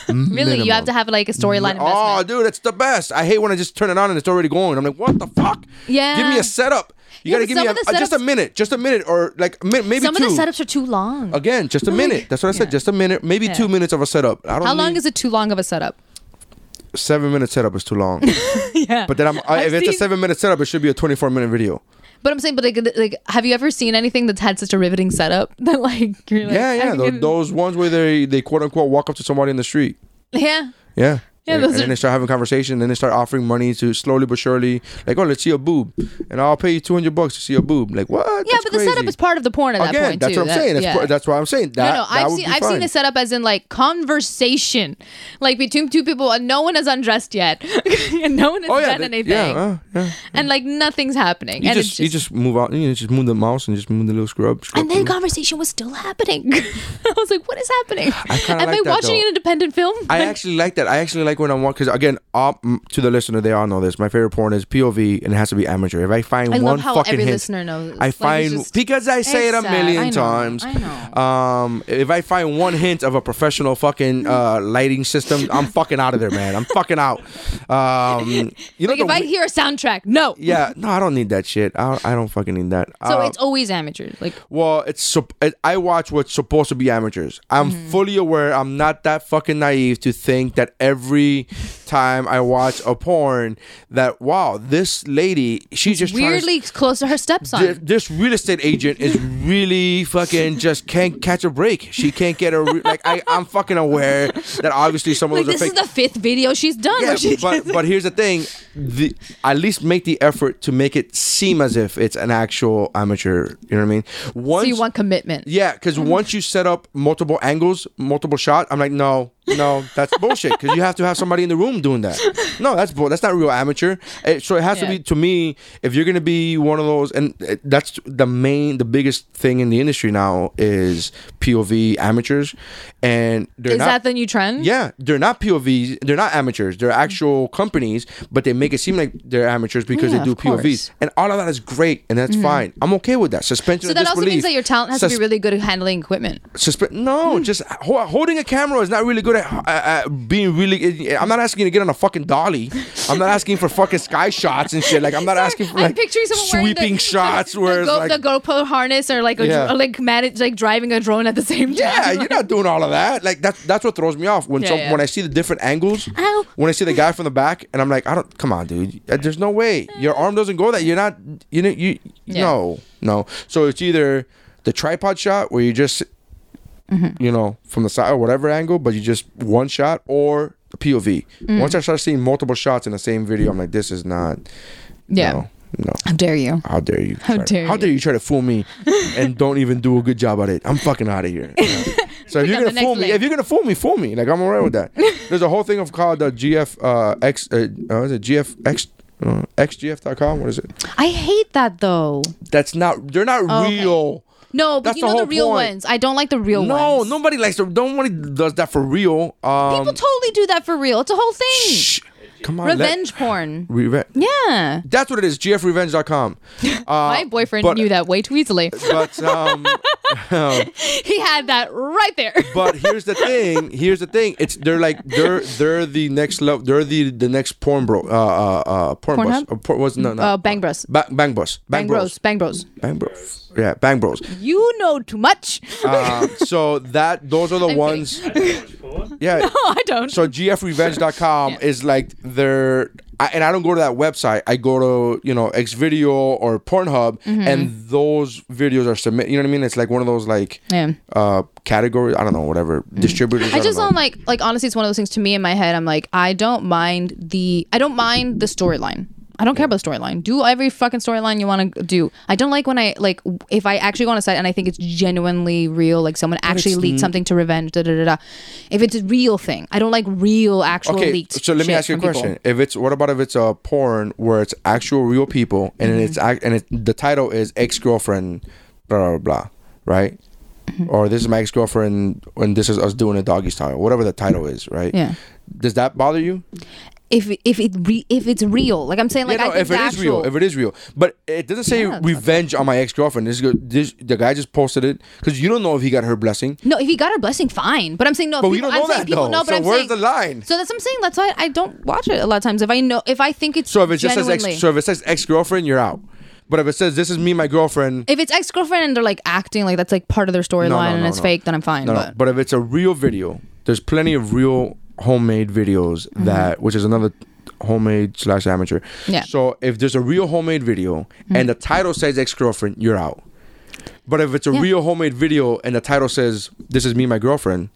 really, you have to have like a storyline.
Oh,
investment.
dude, it's the best. I hate when I just turn it on and it's already going. I'm like, what the fuck?
Yeah.
Give me a setup. You
Yeah,
gotta
but
give me
some
a,
of the
a- just a
setups-
minute, just a minute, or like mi- maybe
Some
two.
of the setups are too long.
Again, just a minute. That's what I said. Just a minute, maybe two minutes of a setup. I don't.
How long
need-
is it too long of a setup?
seven minute setup? Is too long.
Yeah.
But then I'm, I, if
I've
it's a
seen-
seven minute setup, it should be a 24 minute video.
But I'm saying, but like, like, have you ever seen anything that's had such a riveting setup that like you're like,
yeah,
I
yeah.
can
tho-
get-
those ones where they they quote unquote walk up to somebody in the street.
yeah.
Yeah.
Yeah,
and,
those
and then
are-
they start having conversation. Then they start offering money to slowly but surely, like, oh, let's see a boob, and I'll pay you two hundred bucks to see a boob. Like, what?
Yeah, but the setup is part of the porn at that
Again,
point
that's
too.
what I'm
That-
saying. That's,
yeah.
pro- that's why I'm saying that.
no, no,
that
I've
would
seen
be
I've seen
fine.
a setup as in like conversation, like between two people and no one is undressed yet, and no one has
Oh yeah,
done
that-
anything,
yeah, uh, yeah.
and like nothing's happening,
You
and
just,
it's
you just move out. You know, just move the mouse and just move the little scrub. scrub
and then
thing.
conversation was still happening. I was like, what is happening?
kinda
Am
like
I
that,
watching
though.
an independent film?
I
Like,
actually like that. I actually like when I'm because again, all, mm, to the listener, they all know this. My favorite porn is POV, and it has to be amateur. If I find
I love
one
how
fucking
every
hint,
listener knows.
I
Like, it's
find
just-
because I say it a
It's sad.
million
I know.
times.
I know.
Um, if I find one hint of a professional fucking uh, lighting system, I'm fucking out of there, man. I'm fucking out. Um, you know
Like if
the-
I hear a soundtrack, no.
yeah, no, I don't need that shit. I, I don't fucking need that.
So
Uh,
it's always amateur. Like
well, it's sup- it- I watch what's supposed to be amateurs. I'm
Mm-hmm.
fully aware. I'm not that fucking naive to think that every time I watch a porn, that wow, this lady, she's just trying to-
weirdly close to her stepson.
Th- this real estate agent is really fucking just can't catch a break. She can't get a re- like. I, I'm fucking aware that obviously some of
like
those
this
are
is
fake.
the fifth video she's done. where
yeah,
she-
but but here's the thing, the, at least make the effort to make it seem as if it's an actual amateur. You know what I mean? Once
so you want commitment.
yeah, because
Mm-hmm.
once you set up multiple angles, multiple shots, I'm like, no, no, that's bullshit. Because you have to have somebody in the room doing that. No, that's bull. That's not real amateur. Eh, so it has to
Yeah.
be to me. If you're gonna be one of those, and eh, that's the main, the biggest thing in the industry now is POV amateurs, and they're
Is
not.
that the new trend?
yeah, they're not POVs. They're not amateurs. They're actual companies, but they make it seem like they're amateurs because
Yeah,
they do
of course. Mm-hmm.
POVs. And all of that is great, and that's fine. I'm okay with that. Suspension.
So
of
that also
disbelief.
means that your talent has to
Sus-
be really good at handling equipment.
Suspe- no,
Hmm.
just ho- holding a camera is not really good at, at, at being really. I'm not asking you to get on a fucking dolly. I'm not asking for fucking sky shots and shit. Like I'm not asking for
I'm
like
picturing someone wearing the-
sweeping shots
the,
where it's
the, Go-
like
the GoPro harness or like a, dr-
Yeah.
or, like manage like driving a drone at the same time.
yeah, you're not doing all of that. Like that's that's what throws me off when
Yeah,
some,
yeah.
when I see the different angles. When I see the guy from the back and I'm like, I don't. Come on, dude. Uh, There's no way your arm doesn't go that. You're not. You know. You
Yeah.
no no. So it's either the tripod shot where you just.
Mm-hmm.
You know, from the side or whatever angle, but you just one shot or the POV.
Mm.
Once I start seeing multiple shots in the same video, I'm like, this is not.
Yeah.
No, no.
How dare you?
How dare you?
How
try-
dare
How
you.
dare you try to fool me and don't even do a good job at it? I'm fucking out of here. Yeah. So if you're
on
gonna
the next
fool me,
leg.
if you're gonna fool me, fool me. Like I'm alright with that. There's a whole thing of called the GF uh, X. Uh, uh, is it GFX? Uh, XGF.com. What is it?
I hate that though.
That's not. They're not
Oh, okay.
real.
No, but
That's
you
the
know the
whole
real
point.
ones. I don't like the real
No,
ones.
nobody likes. them. Nobody does that for real. Um,
People totally do that for real. It's a whole thing.
shh. Come on. let-
Revenge porn.
Revenge.
Yeah.
That's what it is. GFRevenge.com. Uh,
My boyfriend
but-
knew that way too easily.
But um,
He had that right there.
but here's the thing. Here's the thing. It's they're like they're they're the next level. They're the the next porn bro. Uh uh uh porn bus.
Pornhub?
Uh, por- was no no.
Uh, bang bros.
Ba- bang bus. Bang,
Bang
bros.
bros. Bang bros.
Bang bros. Yeah, bang bros.
You know too much.
Uh, so that those are the ones. Yeah.
oh, I don't.
So gfrevenge.com is like their I, and I don't go to that website. I go to, you know, Xvideo or Pornhub
Mm-hmm.
and those videos are submit, you know what I mean? It's like one of those like
Yeah. Mm.
uh categories, I don't know, whatever, distributors.
I
don't
just
know.
don't like like honestly it's one of those things to me in my head I'm like I don't mind the I don't mind the storyline. I don't care about the storyline. Do every fucking storyline you want to do. I don't like when I like w- if I actually go on a site and I think it's genuinely real, like someone actually leaked something to revenge. Da, da, da, da. If it's a real thing, I don't like real actual leaked.
So let me
shit
ask you a
from people.
question. If it's what about if it's a porn where it's actual real people and it's act and it, the title is ex girlfriend, blah blah blah, right? Or this is my ex girlfriend and this is us doing a doggy style, whatever the title is, right?
Yeah.
Does that bother you?
If if it re, if it's real, like I'm saying, like
yeah, no,
I think
if it is
the actual,
real, if it is real, but it doesn't say
Yeah.
revenge on my ex girlfriend. This, go- this the guy just posted it because you don't know if he got her blessing.
No, if he got her blessing, fine. But I'm saying no. if
But we
people-
don't know
I'm saying
that,
people
though.
know, but
So
I'm
where's
saying-
the line?
So that's what I'm saying. That's why I don't watch it a lot of times. If I know, if I think it's
So if it just says
genuinely,
ex, so if it says ex girlfriend, you're out. But if it says this is me, my girlfriend,
if it's ex girlfriend and they're like acting like that's like part of their storyline
No, no,
and
no,
it's
no.
fake, then I'm fine.
No, no,
but.
but if it's a real video, there's plenty of real homemade videos that, which is another homemade slash amateur.
Mm-hmm. Yeah. Mm-hmm.
So if there's a real homemade video and the title says ex girlfriend, you're out. But if it's a
Yeah.
real homemade video and the title says this is me and my girlfriend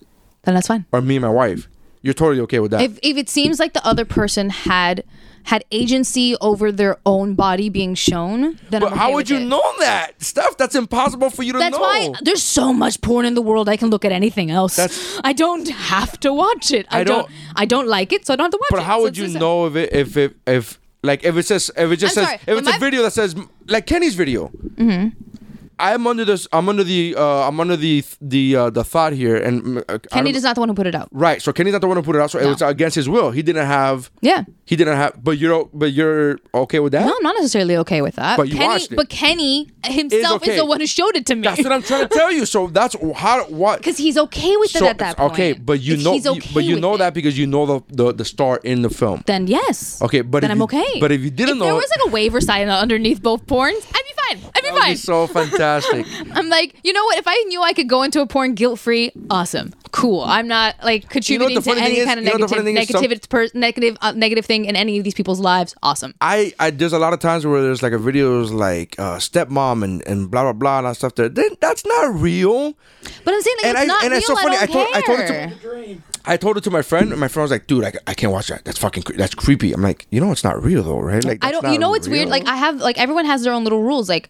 then that's fine.
or me and my wife, you're totally okay with that.
If if it seems like the other person had had agency over their own body being shown, then
but
I'm okay
how would
with
you
it.
know that stuff? That's impossible for you to
That's
know.
why there's so much porn in the world. I can look at anything else.
That's-
I don't have to watch it. I,
I
don't,
don't-
I don't like it, so I don't have to watch it.
But how
So
would
it's
you
just-
know if it if if, if like if it says if it just
I'm
says
sorry,
if
but
it's a
my- Mm-hmm.
video that says like Kenny's video, I'm under this. I'm under the. Uh, I'm under the the uh, the thought here, and uh, I
Kenny
don't-
is not the one who put it out.
Right. So Kenny's not the one who put it out. So it
No.
was against his will. He didn't have.
Yeah.
He didn't have. But you're. o- But you're okay with that.
No, I'm not necessarily okay with that.
But you
Kenny,
watched it.
But Kenny himself is,
okay.
the one who showed it to me.
That's what I'm trying to tell you. So that's how. What?
Because he's okay with
so
it at that point.
okay, but you
If
know.
he's
you-
okay
but you
with
know
it,
that because you know the the, the star in the film.
Then yes.
Okay, but
then
if
I'm
you-
okay.
but if you didn't
if there
know-
was like a waiver sign underneath both porns, I'd be fine. I'd be
That would be
fine.
so fantastic.
I'm like, you know what? If I knew I could go into a porn guilt free, awesome, cool. I'm not like contributing
the funny
to any
thing is?
kind of
You know what the
negative,
funny thing is? Some-
negative, per, negative, uh, negative thing in any of these people's lives. Awesome.
I, I there's a lot of times where there's like a videos like uh, stepmom and, and blah blah blah and all stuff there. Then that's not real.
But I'm saying like
And
it's
I-
not
and
real.
it's so funny,
I
I told-
don't
I told it to-
care.
I told it to my friend, and my friend was like, "Dude, I, I can't watch that. That's fucking cre- that's creepy." I'm like, you know, it's not real though, right? Like,
I
that's
don't. You
not
know what's weird?
real.
Like I have like everyone has their own little rules. Like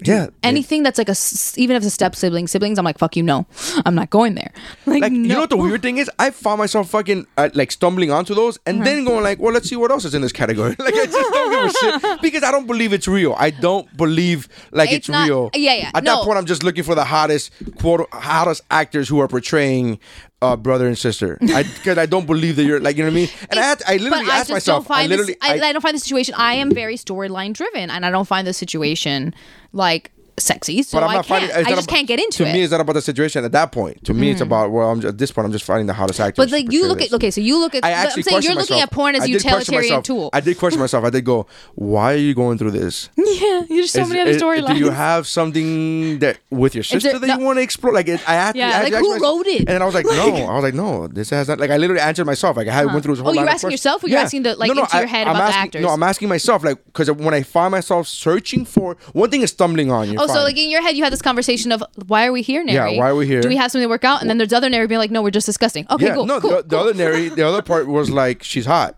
yeah,
anything that's like a s- even if it's a step sibling siblings, I'm like fuck you. No, I'm not going there. Like,
Like
no.
you know what the weird thing is? I found myself fucking uh, like stumbling onto those, and then
Uh-huh.
going like, "Well, let's see what else is in this category." like I just don't give a shit because I don't believe it's real. I don't believe like it's,
It's not-
real.
yeah, yeah,
At
no.
that point, I'm just looking for the hottest quote hottest actors who are portraying. Uh, brother and sister, because I, don't believe that you're like you know what I mean. And I had to, I literally
but I
asked
just
myself,
Don't find
I literally,
this, I, I don't find the situation. I am very storyline driven, and I don't find the situation like sexy. So I can't.
is
I
that
just
about-
can't get
to
into it. Hmm.
me, it's not about the situation at that point. To me, it's about well, I'm just, at this point, I'm just finding the hottest actor.
but like you look at okay, so you look at.
I
but
actually
I'm saying you're
questioned
looking
myself.
at porn as
I
a
did question
utilitarian
myself.
tool.
I did question myself. I did go, why are you going through this?
Yeah, there's so
Is-
many other
is- Do you
storylines.
have something that with your sister
there-
that
no.
you want to explore? Like it, I had to,
Yeah,
I had
like,
to ask
who
myself-
wrote it?
And then I was like, no, I was like, no, this has not. Like I literally answered myself. Like I had went through this whole.
you were
line of
Oh, asking
questions.
yourself or you were asking the- like, into your head
I'm
about the
asking-
actors?
No, I'm asking myself, like, because when I find myself searching for one thing is stumbling on you.
Oh, so like in your head, you had this conversation of why are we here, Nary?
why are we here?
Do we have something to work out? And then there's other Nary being like, no, we're just discussing. Okay,
yeah,
cool,
no,
cool,
the, the
cool.
other Neri, the other part was like, she's hot.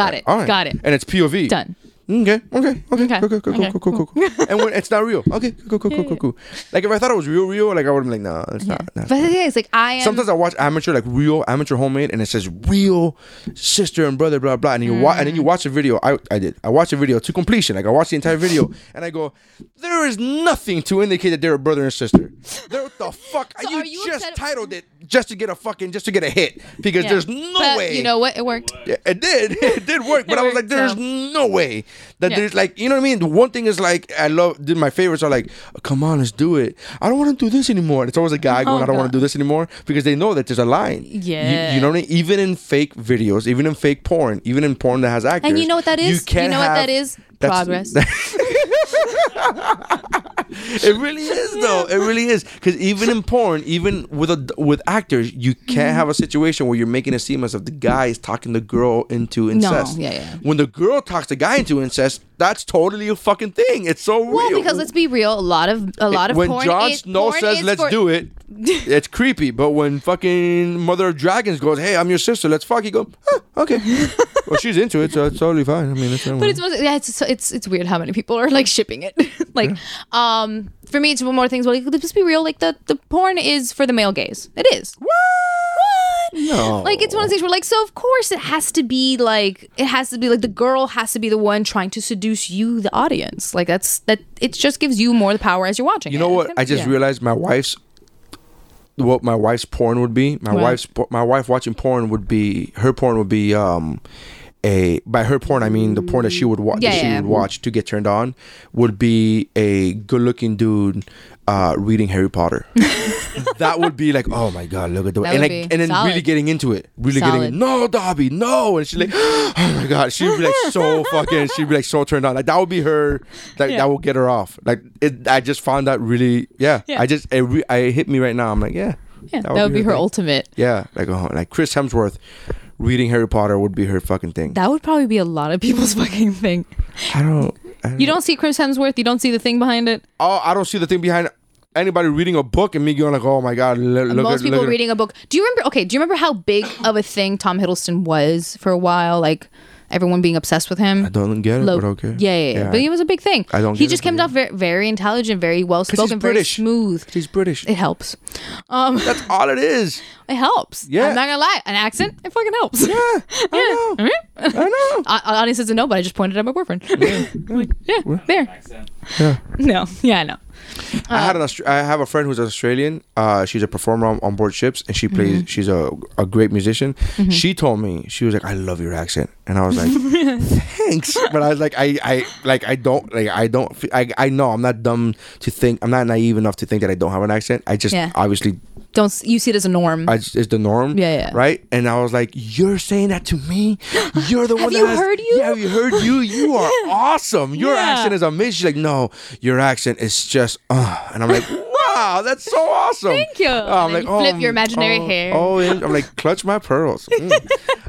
got it,
All right.
got it,
And it's POV.
done.
Okay. Okay. Okay.
Okay,
Okay. Cool. Cool.
okay,
Cool. Cool. Cool. cool. and when it's not real. Okay. Cool. Cool. Cool. Cool. Cool. cool. Like if I thought it was real, real, like I would be like, no, it's not. not.
But the thing is, like I am.
Sometimes I watch amateur, like real amateur homemade, and it says real sister and brother, blah blah. And you watch, and
Mm.
then you watch a video. I, I did. I watched a video to completion. Like I watched the entire video, and I go, there is nothing to indicate that they're a brother and sister. They're, what the fuck?
So
you,
are you
just
upset-
titled it just to get a fucking just to get a hit because
Yeah.
there's no
But
way.
You know what? It worked.
Yeah, it did. It did work. But I was like,
worked,
there's
so-
no way that
Yeah.
there's like, you know what I mean? The one thing is like, I love, did my favorites are like, come on, let's do it. I don't want to do this anymore. And it's always a guy going, I don't want to do this anymore because they know that there's a line. You- You,
Oh, Yeah.
know what I mean? Even in fake videos, even in fake porn, even in porn that has actors.
And you know what that is? You,
can't
know what
have-
that is?
that's-
Progress.
It really is though. It really is because even in porn, even with a with actors, you
Mm-hmm.
can't have a situation where you're making it seem as if the guy is talking the girl into incest.
yeah, yeah.
When the girl talks the guy into incest, that's totally a fucking thing. It's so
Well,
real.
because let's be real, a lot of a lot of
when
porn
Jon
is-
Snow
porn
says
is
let's
for-
do it, it's creepy. But when fucking Mother of Dragons goes, "Hey, I'm your sister, let's fuck," you go, "Huh, "Okay." well, she's into it, so it's totally fine. I mean, it's
But it's mostly- yeah, it's it's it's weird how many people are like shipping it. like, um, for me, it's one more things. Well, like, let's be real. Like the the porn is for the male gaze. It is. What?
No.
Like it's one of those things where like so of course it has to be like it has to be like the girl has to be the one trying to seduce you the audience like that's that it just gives you more the power as you're watching
You know what? I just realized my wife's what my wife's porn would be. My wife's po- my wife watching porn would be her porn would be um a by her porn I mean the porn that she would watch
Yeah,
that she
yeah.
would watch to get turned on would be a good looking dude uh reading Harry Potter. that would be like, oh my god, look at the
That
and
would
like
be
and then really
solid.
getting into it. Really
Solid.
getting in, no Dobby, no and she's like, oh my god. She'd be like so fucking she'd be like so turned on. Like that would be her like that would get her off. Like it I just found that really yeah. I just it, re, I it hit me right now. I'm like, yeah.
yeah, that would, be her
thing.
ultimate
Yeah, like oh, like Chris Hemsworth reading Harry Potter would be her fucking thing.
that would probably be a lot of people's fucking thing
I don't. I don't
you don't see Chris Hemsworth you don't see the thing behind it
oh, I don't see the thing behind anybody reading a book and me going like, oh my god, lo- look
most
at,
people
look at-
reading a book. Do you remember? Okay, do you remember how big of a thing Tom Hiddleston was for a while? Like everyone being obsessed with him.
I don't get it,
Low-
but okay.
Yeah, yeah, yeah,
Yeah.
But it was a big thing.
I don't
He
get
just
it, but
came
yeah.
off very, very intelligent, very well spoken, very
British.
smooth.
He's British.
It helps. Um,
That's all it is.
it helps.
Yeah.
I'm not gonna lie. An accent, it fucking helps. Yeah.
I know. I know.
O- audience doesn't know, but I just pointed at my boyfriend. Like, yeah, there.
Accent.
No, yeah, I know.
I had an Austra- I have a friend who's Australian. Uh, she's a performer on, on board ships, and she plays. She's a, a great musician. She told me she was like, "I love your accent," and I was like, "Thanks," but I was like, "I, I like I don't like I don't fe- I, I know I'm not dumb to think I'm not naive enough to think that I don't have an accent. I just
Yeah.
obviously
Don't s- you see it as a norm?
I just, it's the norm.
Yeah, yeah.
Right? And I was like, You're saying that to me? You're the one
you
that has,
heard you?
Yeah, have you heard you? You are awesome. Your accent is amazing. She's like, No, your accent is just uh and I'm like, Wow, that's so awesome. Thank
you. And
I'm like,
you flip
oh,
your imaginary
oh,
hair.
Oh, yeah. I'm like, clutch my pearls.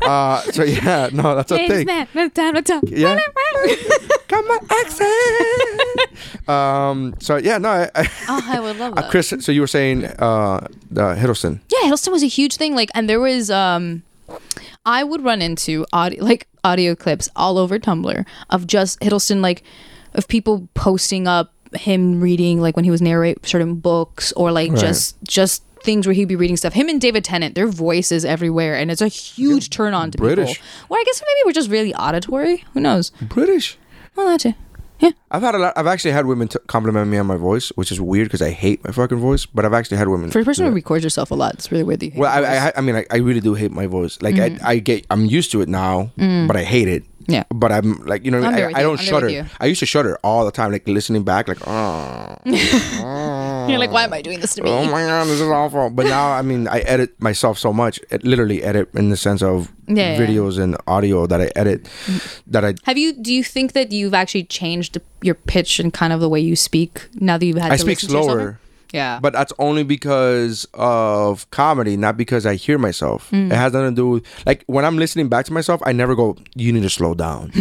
Mm. uh, so yeah, no, that's a thing.
man, no time, no time.
Yeah. Got my accent. um, so yeah, no, I, I,
oh, I would love
uh, Chris, so you were saying uh, uh Hiddleston.
yeah, Hiddleston was a huge thing. Like, and there was um, I would run into audio like audio clips all over Tumblr of just Hiddleston, like of people posting up him reading like when he was narrate certain books or like just just things where he'd be reading stuff. Him and David Tennant, their voices everywhere, and it's a huge turn on to
British.
people. Well, I guess maybe we're just really auditory. Who knows?
British.
Well, that too. Yeah.
I've had a lot. I've actually had women t- compliment me on my voice, which is weird because I hate my fucking voice. But I've actually had women.
For a person who records yourself a lot, it's really weird. That you hate
well, I,
your voice.
I, I mean, I, I really do hate my voice. Like, I, I get, I'm used to it now, but I hate it.
Mm-hmm. Mm. Yeah.
But I'm like, you know, what
I'm
I,
there
mean?
with
I, I
you.
don't
I'm there with
shudder.
you.
I used to shudder all the time, like listening back, like, oh,
You're like, why am I doing this to me?
oh my god, this is awful. But now, I mean, I edit myself so much, it literally edit in the sense of
Yeah, Mm. yeah.
videos and audio that I edit, that I
Have you? Do you think that you've actually changed your pitch and kind of the way you speak now that you've had?
I
to
speak
listen to yourself?
slower.
yeah,
But that's only because of comedy, not because I hear myself. It has nothing to do with like when I'm listening back to myself, I never go, You need to slow down.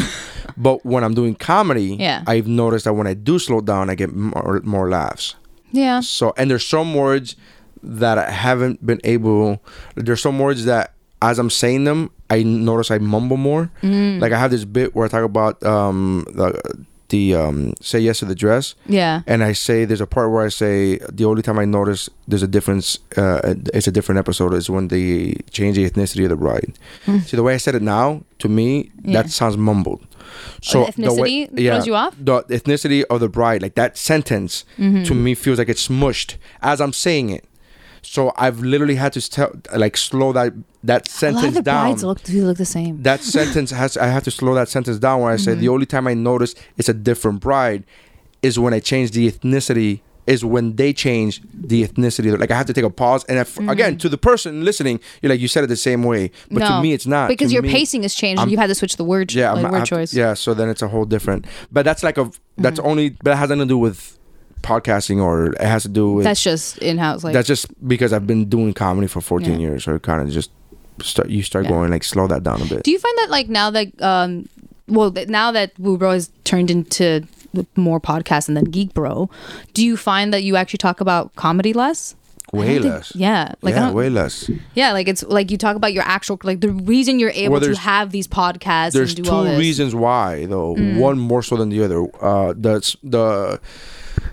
but when I'm doing comedy,
Yeah.
I've noticed that when I do slow down, I get more, more laughs.
yeah,
So and there's some words that I haven't been able there's some words that as I'm saying them, I notice I mumble more. Like I have this bit where I talk about um the the um say yes to the dress.
yeah.
And I say there's a part where I say the only time I notice there's a difference, uh, it's a different episode is when they change the ethnicity of the bride.
Hmm.
See the way I said it now to me that sounds mumbled. So
the ethnicity throws you off? Mm-hmm.
The ethnicity of the bride, like that sentence, to me feels like it's smushed as I'm saying it. So I've literally had to tell, like slow that that
a
sentence
lot of the
down
brides look do look the same.
that sentence has I have to slow that sentence down when I say
Mm-hmm.
the only time I notice it's a different bride is when I change the ethnicity is when they change the ethnicity like I have to take a pause and
Mm-hmm.
if, again to the person listening you're like you said it the same way but to me it's not
because
To
your
me-
pacing has changed.
I'm-
and You've had to switch the word,
yeah
like,
I'm- I
word
have to-
choice. Mm-hmm.
yeah so then it's a whole different but that's like a that's only but it has nothing to do with podcasting or it has to do with
that's just in house. Like
that's just because I've been doing comedy for 14
Yeah.
years so it kind of just start you start
Yeah.
going like slow that down a bit
Do you find that like now that um well that now that Woo Bro has turned into more podcasts and then Geek Bro, do you find that you actually talk about comedy less? I
Way
don't think-
less.
yeah. Like I
yeah
don't-
way less
yeah, like it's like you talk about your actual like the reason you're able
Well,
to
there's-
have these podcasts
there's
and do all
two
this. Mm.
reasons why though one more so than the other uh the s- the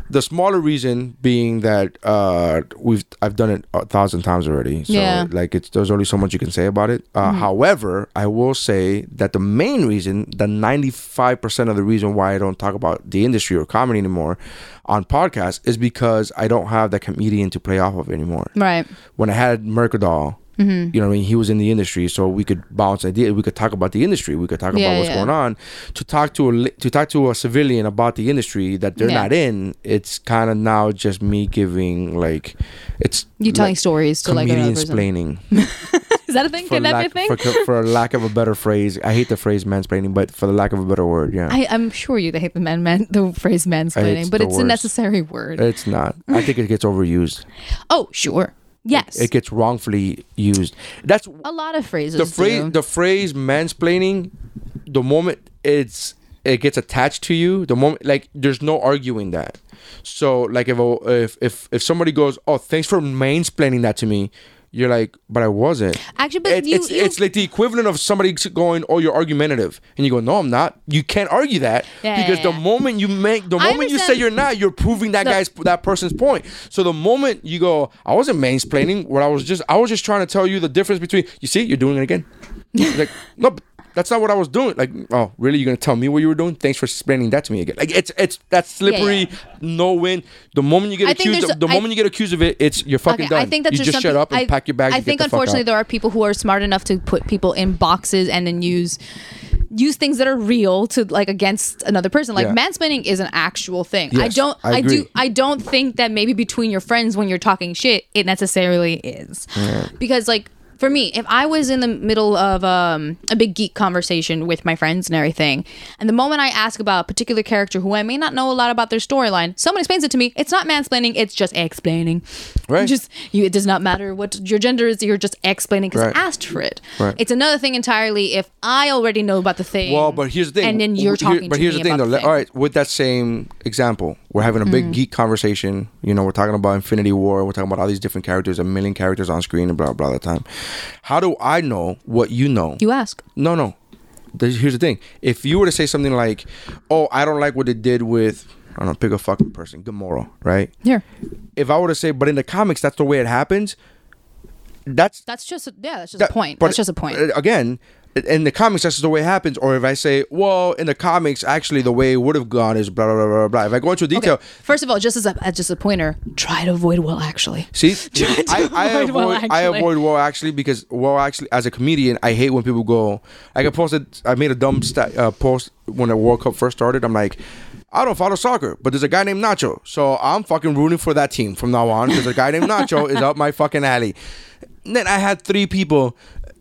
the smaller reason being that uh we've i've done it a thousand times already so
Yeah. Mm-hmm.
like it's there's only so much you can say about it uh however i will say that the main reason the 95% of the reason why i don't talk about the industry or comedy anymore on podcasts is because i don't have that comedian to play off of anymore
Right.
when I had Mercadal,
Mm-hmm.
you know, what I mean, he was in the industry, so we could bounce ideas. We could talk about the industry. We could talk
Yeah,
about what's
yeah.
going on. To talk to a li- to talk to a civilian about the industry that they're
Yeah.
not in, it's kind of now just me giving like, it's
You telling
like
stories to like another
comedian
person.
splaining
Is that a thing?
for
Can that be a
lack
thing?
for, co- for lack of a better phrase. I hate the phrase mansplaining, but for the lack of a better word, yeah.
I, I'm sure you hate the man, man the phrase mansplaining, but
the
it's a
worst.
necessary word.
it's not. I think it gets overused.
oh, sure. Yes.
It gets wrongfully used. That's
a lot of phrases.
the phrase
do.
the phrase mansplaining the moment it's it gets attached to you the moment like there's no arguing that so like if a, if if if somebody goes oh thanks for mansplaining that to me you're like but i wasn't
Actually, but
It-
you-
it's,
you-
it's like the equivalent of somebody going oh you're argumentative and you go no i'm not you can't argue that
Yeah,
because
yeah,
the
yeah.
moment you make the
I
moment you say
understand-
you're not you're proving that
No.
guy's that person's point so the moment you go i wasn't mansplaining what i was just i was just trying to tell you the difference between you see you're doing it again It's like, no, but That's not what I was doing. Like, oh, really? You're gonna tell me what you were doing? Thanks for explaining that to me again. Like, it's it's that slippery no win. The moment you get
I think
accused,
there's-
of, the
I-
moment you get accused of it, it's you're fucking
Okay,
done.
I think that's
you
just,
just shut
something-
up and
I,
pack your bags.
I
and
think
get the fuck
unfortunately
out.
there are people who are smart enough to put people in boxes and then use use things that are real to like against another person. Like
Yeah.
mansplaining is an actual thing. I
Yes,
don't
I
I, do
agree.
I don't think that maybe between your friends when you're talking shit it necessarily is. Because like for me, if I was in the middle of um, a big geek conversation with my friends and everything, and the moment I ask about a particular character who I may not know a lot about their storyline, someone explains it to me, it's not mansplaining, it's just explaining.
Right.
Just you, it does not matter what your gender is. You're just explaining because
Right.
I asked for it.
Right.
It's another thing entirely if I already know about the thing.
Well, but here's the thing.
And then you're
W- here-
talking.
but
to
here's
me
the thing,
about Mm.
though. All right, with that same example, we're having a big geek conversation. You know, we're talking about Infinity War. We're talking about all these different characters, a million characters on screen, and blah blah. That time, how do I know what you know?
You ask.
No, no. There's- here's the thing. If you were to say something like, "Oh, I don't like what they did with," I don't know, pick a fucking person, Gamora, right?
Here.
If I were to say, but in the comics, that's the way it happens. That's
That's just a, yeah. That's just
that-
a point.
but
that's just a point.
uh, Again, in the comics, that's just the way it happens. Or if I say, well, in the comics, actually, the way it would have gone is blah blah blah blah blah. If I go into detail,
Okay. First of all, just as a as just a pointer, try to avoid well actually.
see,
Try to
I, I
avoid
avoid
well,
I
actually.
avoid well actually because well actually as a comedian, I hate when people go. Like I posted, I made a dumb sta uh, post when the World Cup first started. I'm like. I don't follow soccer, but there's a guy named Nacho, so I'm fucking rooting for that team from now on because a guy named Nacho is up my fucking alley. And then I had three people.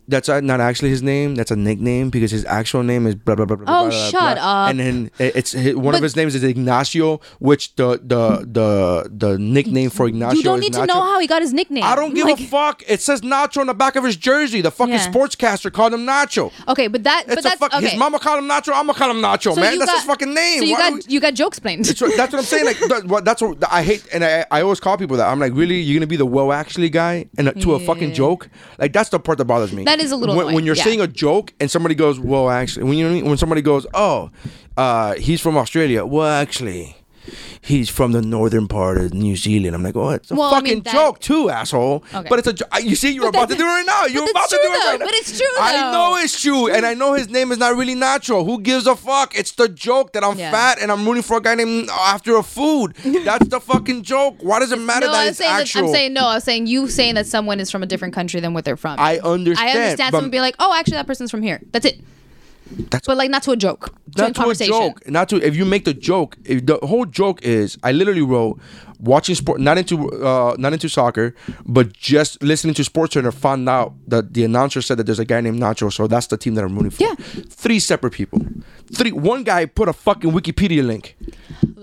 That's uh, not actually his name. That's a nickname because his actual name is blah blah blah. blah, blah,
Oh,
blah,
shut
blah.
up.
And then it- it's hi- one of
But-
his names is Ignacio, which the the the the nickname for Ignacio.
You don't
is
need
Nacho.
to know how he got his nickname.
I don't give
Like-
a fuck. It says Nacho on the back of his jersey. The fucking
Yeah.
sportscaster called him Nacho.
Okay, but that
It's
but
a
that's
fuck.
okay.
His mama called him Nacho. I'm gonna call him Nacho,
So
man.
you
That's his
got-
fucking name.
So you
Why
got
do we-
you got jokes plain.
that's what, that's what I'm saying. Like that, what- that's what I hate, and I, I always call people that. I'm like, really, you're gonna be the well actually guy, and uh, to a fucking joke. Like that's the part that bothers me.
That is a little
when, when
annoying,
you're
yeah.
saying a joke and somebody goes, well actually, when you know what I mean? when somebody goes, oh, uh, he's from Australia. Well actually. He's from the northern part of New Zealand. I'm like, oh, it's a
Well, I
fucking
mean, that-
joke too, asshole.
Okay.
But it's a. jo- I- You see, you're
But
about to
that-
do it right now.
but
You're
that's
about to
true,
do it right
though.
now.
But it's true,
I
though.
know it's true, and I know his name is not really Nacho. Who gives a fuck? It's the joke that I'm
Yeah.
fat and I'm rooting for a guy named uh, after a food. That's the fucking joke. Why does it matter
no,
that
I'm
it's
saying that,
actual?
I'm saying no. I'm saying you saying that someone is from a different country than what they're from.
I understand,
I understand
but-
someone being like, oh, actually, that person's from here. That's it.
That's-
but like not to a joke. To
not
a
to a
conversation.
joke. Not to if you make the joke. If the whole joke is, I literally wrote watching sport, not into uh, not into soccer, but just listening to Sports Center. Found out that the announcer said that there's a guy named Nacho, so that's the team that I'm rooting for.
Yeah.
three separate people. Three. One guy put a fucking Wikipedia link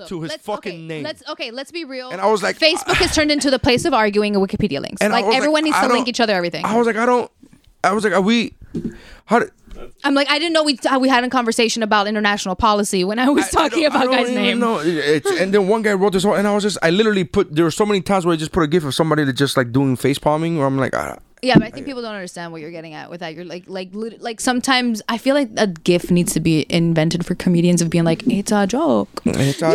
to his
Let's-
fucking
okay,
name.
Let's okay. Let's be real.
And I was like,
Facebook has turned into the place of arguing and Wikipedia links.
And I
like
was
everyone
like,
needs
I
to
don't-
link each other everything.
I was like, I don't. I was like, are we? How? do-
I'm like, I didn't know we how we had a conversation about international policy when I was talking
I
about
don't
guy's
even
name.
know. It's- and then one guy wrote this whole, and I was just, I literally put. There were so many times where I just put a gif of somebody that just like doing face palming, where I'm like, ah.
Yeah, but I think people don't understand what you're getting at with that. You're like, like, lit- like sometimes I feel like a GIF needs to be invented for comedians of being like, it's a joke.
it's a joke,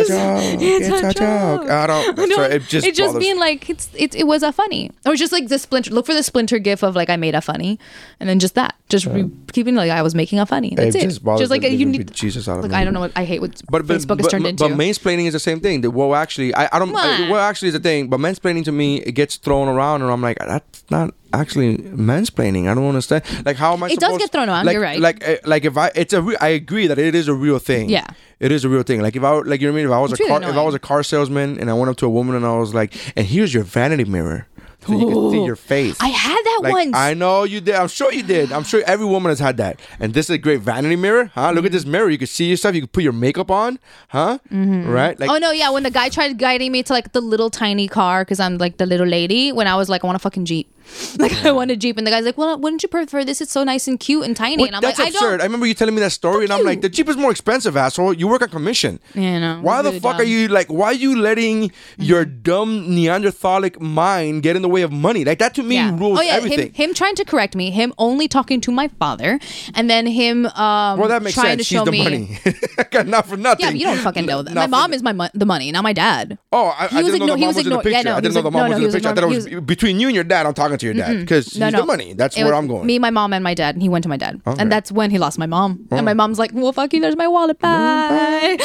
it's, a, joke. eh, I don't.
No,
so it just,
it just
bothers-
being like it's it, it was a funny or just like the splinter look for the splinter gif of like I made a funny and then just that just re- keeping like I was making a funny that's it,
just bothers
like
the
you
living
need
bejesus out of
look
me.
I don't know what I hate what
but, but,
Facebook
but,
has turned
but,
into
But mansplaining is the same thing. The well, actually, I, I don't. I,
Mwah.
well, actually, is the thing. But mansplaining to me, it gets thrown around, and I'm like, that's not actually mansplaining. I don't understand. Like, how am I?
It does
supposed-
get thrown around,
Like,
you're right.
Like, uh, like if I, it's a. Re- I agree that it is a real thing.
Yeah.
It is a real thing. Like if I, were- like you know what I mean. If I was
It's
a
really
car, if I
annoying.
was a car salesman, and I went up to a woman and I was like, and here's your vanity mirror, so you can see your face.
I had that
Like,
once
I know you did. I'm sure you did. I'm sure every woman has had that. And this is a great vanity mirror, huh? Look
Mm-hmm.
at this mirror. You can see yourself. You can put your makeup on, huh? Right? Like,
oh no yeah when the guy tried guiding me to like the little tiny car because i'm like the little lady when i was like i want a fucking jeep like i want a jeep and the guy's like well wouldn't you prefer this it's so nice and cute and tiny
what-
and i'm
that's
like
absurd. I,
i don't
remember you telling me that story, and I'm
you.
like, the Jeep is more expensive, asshole. You work on commission.
Yeah, I know.
Why
It's
the
really
fuck are
dumb. Mm-hmm.
you like? Why are you letting your dumb Neanderthalic mind get in the way of money? Like that to me rules everything.
Oh, Him, him trying to correct me, him only talking to my father, and then him um
well, that makes
trying
sense.
to show
She's the
me.
money. not for nothing.
Yeah, but you don't fucking know that.
Not
My
for-
mom is my mo- the money, not my dad.
Oh, I, I
was
didn't know
igno-
the mom
he was
was, in the
igno-
picture.
yeah, no,
I
he
didn't
was
know the
igno-
mom
no,
was in
no,
the
he was
picture. I thought it
ignoring-
was
he
between you and your dad. I'm talking to your dad because
No,
he's
no.
the money. That's
It
where
was
I'm going.
Me, my mom, and my dad. He went to my dad,
Okay. Oh.
and that's when he lost my mom. And my mom's like, "Well, fuck you. There's my wallet. Bye."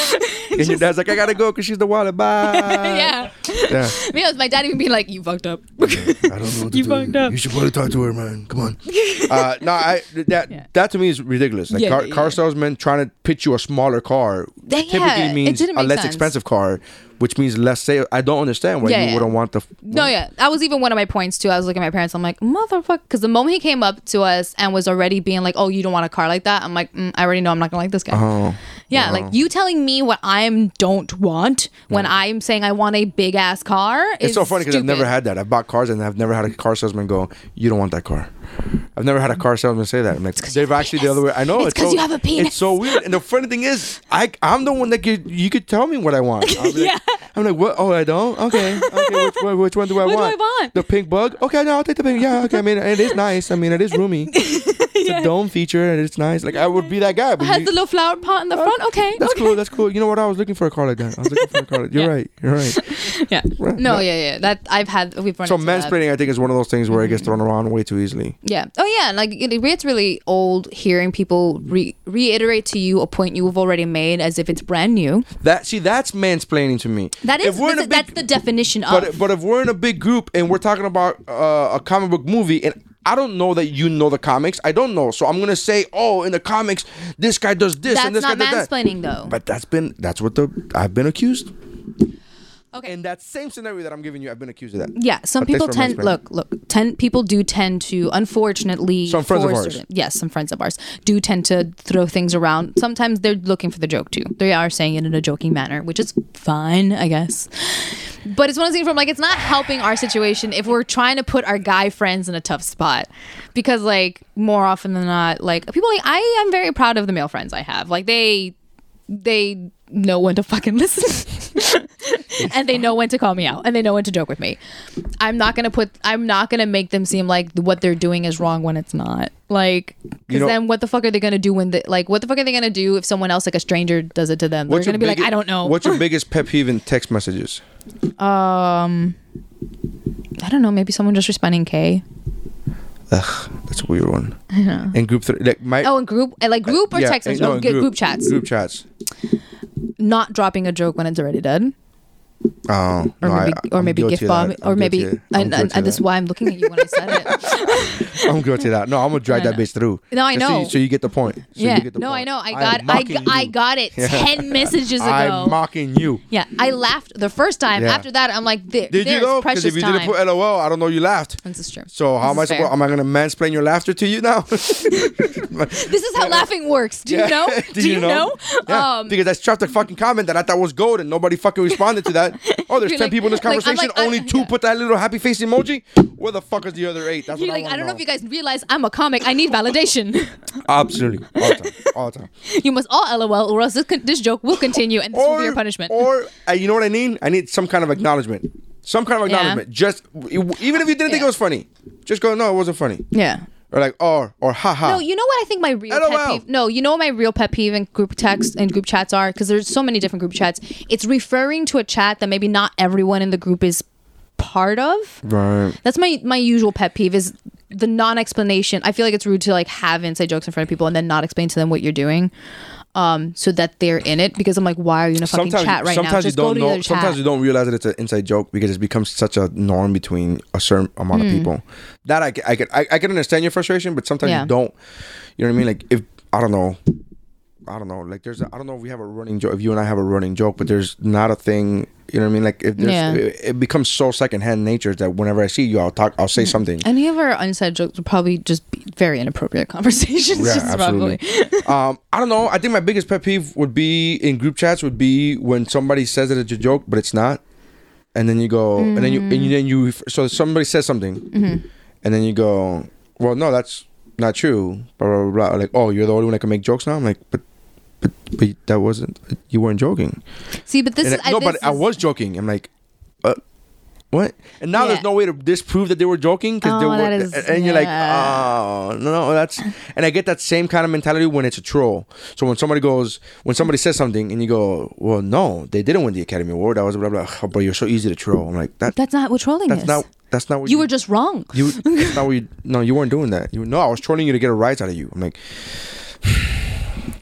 and your dad's like, I gotta go because she's the wallet. Bye.
yeah.
Yeah.
Me, it was my dad even being like, "You fucked up."
I don't know what to you do. You should go to talk to her, man. Come on. uh, no, I that that to me is ridiculous. Like
Yeah,
car,
yeah,
car
yeah.
salesmen trying to pitch you a smaller car
Yeah,
typically
it
means
didn't
a
make
less
sense.
expensive car, which means less sale. I don't understand why
Yeah,
you
yeah.
wouldn't want the. f-
No, yeah, that was even one of my points too. I was looking at my parents. I'm like, motherfucker, because the moment he came up to us and was already being like, "Oh, you don't want a car like that," I'm like, mm, "I already know I'm not gonna like this guy."
Oh,
yeah, like you telling me what I don't want when I'm saying I want a big ass car.
it's
is
so funny because I've never
stupid.
had that. I've bought cars and I've never had a car salesman go, "You don't want that car." I've never had a car salesman say that. I'm like, they've actually the other way. I know
It's 'cause
so-
you have a penis.
It's so weird. And the funny thing is, I I'm the one that could you could tell me what I want. I'll be like, I'm like, what? Oh, I don't. Okay. Okay. Which, one- which one do I
What do
want?
I want?
The pink bug. Okay. No, I'll take the pink. Yeah. Okay. I mean, it is nice. I mean, it is roomy. It's a dome feature and it's nice. Like I would be that guy. But
Has
you-
the little flower pot in the front? Okay,
that's
okay.
cool. That's cool. You know what? I was looking for a car like that. I was looking for a car. Like, you're right. You're right.
Yeah. No, yeah, yeah. That I've had. We've run
So
into that.
mansplaining, I think, is one of those things where it
Mm-hmm.
gets thrown around way too easily.
Yeah. Oh, yeah. Like it, it's really old hearing people re- reiterate to you a point you've already made as if it's brand new.
That see, that's mansplaining to me.
That is,
If we're in
that's,
a
that's
big-
the definition of.
But but if we're in a big group and we're talking about uh, a comic book movie and. I don't know that you know the comics. I don't know, so I'm gonna say, oh, in the comics, this guy does this
that's
and this
not
guy does that.
mansplaining, though.
But that's been that's what the I've been accused.
Okay.
In that same scenario that I'm giving you, I've been accused of that.
yeah, some
But thanks
people
for
tend
mansplaining.
look look. Ten people do tend to, unfortunately,
Some friends of
for
ours.
certain- yes, some friends of ours do tend to throw things around. Sometimes they're looking for the joke too. They are saying it in a joking manner, which is fine, I guess. But it's one of those things from like it's not helping our situation if we're trying to put our guy friends in a tough spot, because like more often than not, like people like I am very proud of the male friends I have. Like they they know when to fucking listen and they know when to call me out and they know when to joke with me i'm not gonna put i'm not gonna make them seem like what they're doing is wrong when it's not like because
You know-
then what the fuck are they gonna do when they like what the fuck are they gonna do if someone else like a stranger does it to them they're
What's your
gonna be like
bigge-
i don't know
What's your biggest pet peeve in text messages?
um i don't know maybe someone just responding k
Ugh, that's a weird one. And group three, like my
oh and group and, like group or
Uh, yeah,
text
and-
message
no,
oh,
and
group, group chats
Group chats.
not dropping a joke when it's already done
Oh,
or
no, I-
maybe, or
I'm
maybe
guilty
gift
of
bomb,
that.
or
I'm
maybe,
guilty. I'm
and,
guilty
and,
of
and this is
that.
why I'm looking at you when I said it.
I'm guilty of that. No, I'm gonna drag that bitch through.
No, I
Just So you,
know.
so you get the point. So you
yeah.
get the
No, I
point.
know. I
am
got, I,
mocking
g- I
you.
got it ten messages ago.
I'm mocking you.
yeah, I laughed the first time.
Yeah.
After that, I'm like, there,
Did you
there's
though? Because
precious
if you
time.
didn't put LOL, I don't know you laughed.
this is true.
So how am I
This is
supposed?
fair.
Am I gonna mansplain your laughter to you now?
This is how laughing works. Do
Yeah.
you know?
Do you know? Yeah,
Um,
because I dropped a fucking comment that I thought was gold and nobody fucking responded to that. Oh, there's
You're
ten
like-
people in this
like, I'm
conversation.
like, I-
Only two
yeah.
put that little happy face emoji. Where the fuck is the other eight? That's
you're
what
like, I,
wanna
don't know if you guys realize I'm a comic. I need validation.
Absolutely, all the time, all the time.
you must all LOL, or else this, con- this joke will continue, and this will be your punishment.
Or uh, you know what I mean? I need some kind of acknowledgement. Some kind of
Yeah.
acknowledgement. Just even if you didn't think it
Yeah.
was funny, just go no, it wasn't funny.
yeah.
Or like or or haha.
No, you know what I think my real pet
LOL.
peeve. No, you know what my real pet peeve in group text and group chats are because there's so many different group chats. It's referring to a chat that maybe not everyone in the group is part of.
right.
That's my my usual pet peeve is the non-explanation. I feel like it's rude to like have inside jokes in front of people and then not explain to them what you're doing. Um, so that they're in it because I'm like, why are you in a fucking
Sometimes,
chat right now?
sometimes you
Just go
don't
to the
know.
other chat.
Sometimes you don't realize that it's an inside joke because it becomes such a norm between a certain amount
Hmm.
of people. That I, ca- I can I, I can understand your frustration, but sometimes
Yeah.
you don't. You know what I mean? Like if I don't know, I don't know. Like there's I I don't know if we have a running joke. If you and I have a running joke, but there's not a thing. You know what I mean? Like if there's,
Yeah.
it, it becomes so secondhand nature that whenever I see you, I'll talk. I'll say
Hmm.
something.
Any of our inside jokes would probably just be very inappropriate conversations.
Yeah,
just
absolutely.
probably.
um, I don't know. I think my biggest pet peeve would be in group chats would be when somebody says that it's a joke, but it's not, and then you go, and then you, and you, then you, so somebody says something, and then you go, well, no, that's not true. Blah blah blah. blah. Like, oh, you're the only one that can make jokes now. I'm like, but. But, but that wasn't you weren't joking.
See, but this
And
is
I- no,
this
but I
is-
was joking. I'm like, uh, what? And now
Yeah.
there's no way to disprove that they were joking because they
Oh, that
were,
is-
and, and you're like,
yeah.
oh no, no, that's. And I get that same kind of mentality when it's a troll. So when somebody goes, when somebody says something, and you go, well, no, they didn't win the Academy Award. That was blah blah. Oh, bro, you're so easy to troll. I'm like that.
That's not what trolling
that's
is.
not. That's not what
you were just wrong.
You that's not what you no, you weren't doing that. You no, I was trolling you to get a rise out of you. I'm like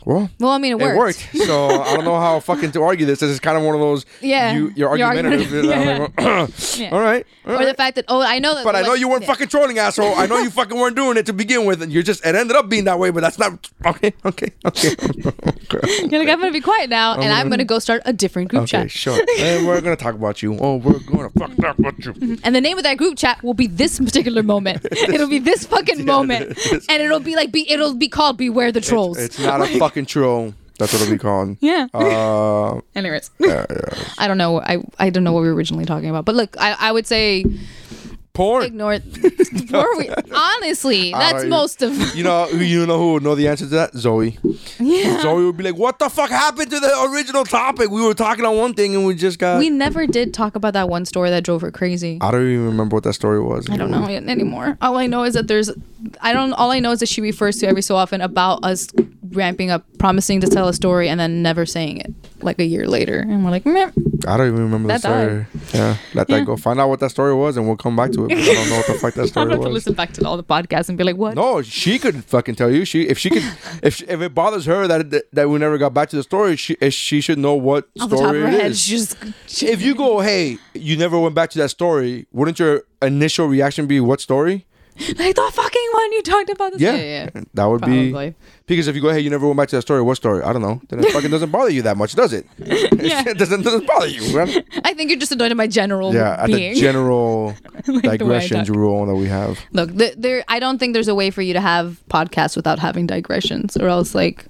Well,
well, I mean, it,
it
worked.
worked. So I don't know how fucking to argue this. This is kind of one of those
Yeah.
you you're
You're
argumentative.
argumentative.
I'm like, All right. all
Or the
right.
fact that oh, I know that.
but I know you weren't
Yeah.
fucking trolling, asshole. I know you fucking weren't doing it to begin with, and you're just it ended up being that way. But that's not okay. Okay, okay. okay.
You're like I'm gonna be quiet now, and I'm gonna go start a different group
Oh, Okay,
chat.
sure. And we're gonna talk about you. Oh, we're gonna fuck talk about you.
And the name of that group chat will be this particular moment. it'll be this fucking moment, and it'll be like be it'll be called "Beware the Trolls."
It's not a fucking troll. That's what it'll be called.
yeah.
Uh,
Anyways, I don't know. I I don't know what we were originally talking about, but look, I I would say
porn.
ignore. Were we- honestly,
I
that's
don't-
most of.
You know, you know who would know the answer to that? Zoe.
yeah.
Zoe would be like, "What the fuck happened to the original topic? We were talking on one thing and we just got."
We never did talk about that one story that drove her crazy.
I don't even remember what that story was.
I don't know it anymore. All I know is that there's, I don't. All I know is that she refers to every so often about us ramping up, promising to tell a story, and then never saying it. Like a year later, and we're like, Meh.
I don't even remember
That
the story. Yeah, let that go. Find out what that story was and we'll come back to it. I don't know what the fuck that
I'm
story
not to
was.
listen back to all the podcasts and be like, what?
No, she could fucking tell you. She if she could if she, if it bothers her that, that that we never got back to the story, she she should know what
off the top
story
of her
it
head,
is.
she just
if you go, hey, you never went back to that story, wouldn't your initial reaction be what story?
like the fucking one you talked about. This
Yeah,
yeah, yeah.
that would
Probably.
be because if you go, hey, you never went back to that story. What story? I don't know. Then it fucking doesn't bother you that much, does it? it doesn't doesn't bother you. right?
I think you're just annoyed at my general
yeah, at
being.
the general
the way I
digressions
talk.
rule that we have.
Look, th- there. I don't think there's a way for you to have podcasts without having digressions, or else like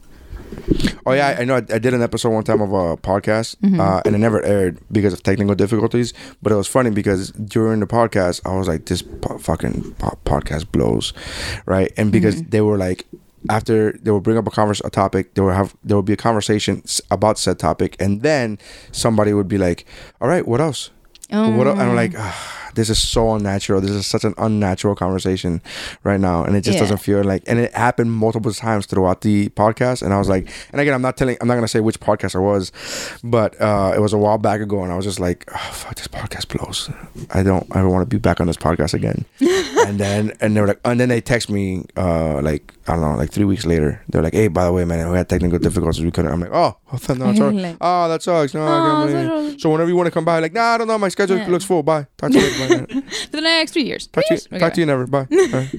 Oh yeah, I- I know. I, I did an episode one time of a podcast, uh, and it never aired because of technical difficulties. But it was funny because during the podcast, I was like, "This po- fucking po- podcast blows," right? And because they were like, after they would bring up a converse a topic, they would have there would be a conversation s- about said topic, and then somebody would be like, "All right, what else?" What el-" and I'm like, "Ah, this is so unnatural. This is such an unnatural conversation right now, and it just
Yeah.
doesn't feel like. And it happened multiple times throughout the podcast, and I was like, and again, I'm not telling, I'm not gonna say which podcast I was, but uh, it was a while back ago, and I was just like, oh, fuck, this podcast blows. I don't ever want to be back on this podcast again. and then and they were like, and then they text me uh, like I don't know, like three weeks later. They're like, hey, by the way, man, we had technical difficulties, we couldn't. I'm like, oh, oh, th- no, it's all right. oh, that sucks. No, I can't believe it." so whenever you want to come by, like, nah, I don't know, my schedule looks full. Bye. Talk to you later. Bye.
for the next three years.
Talk to you,
Three years?
talk to you never. Bye. All right.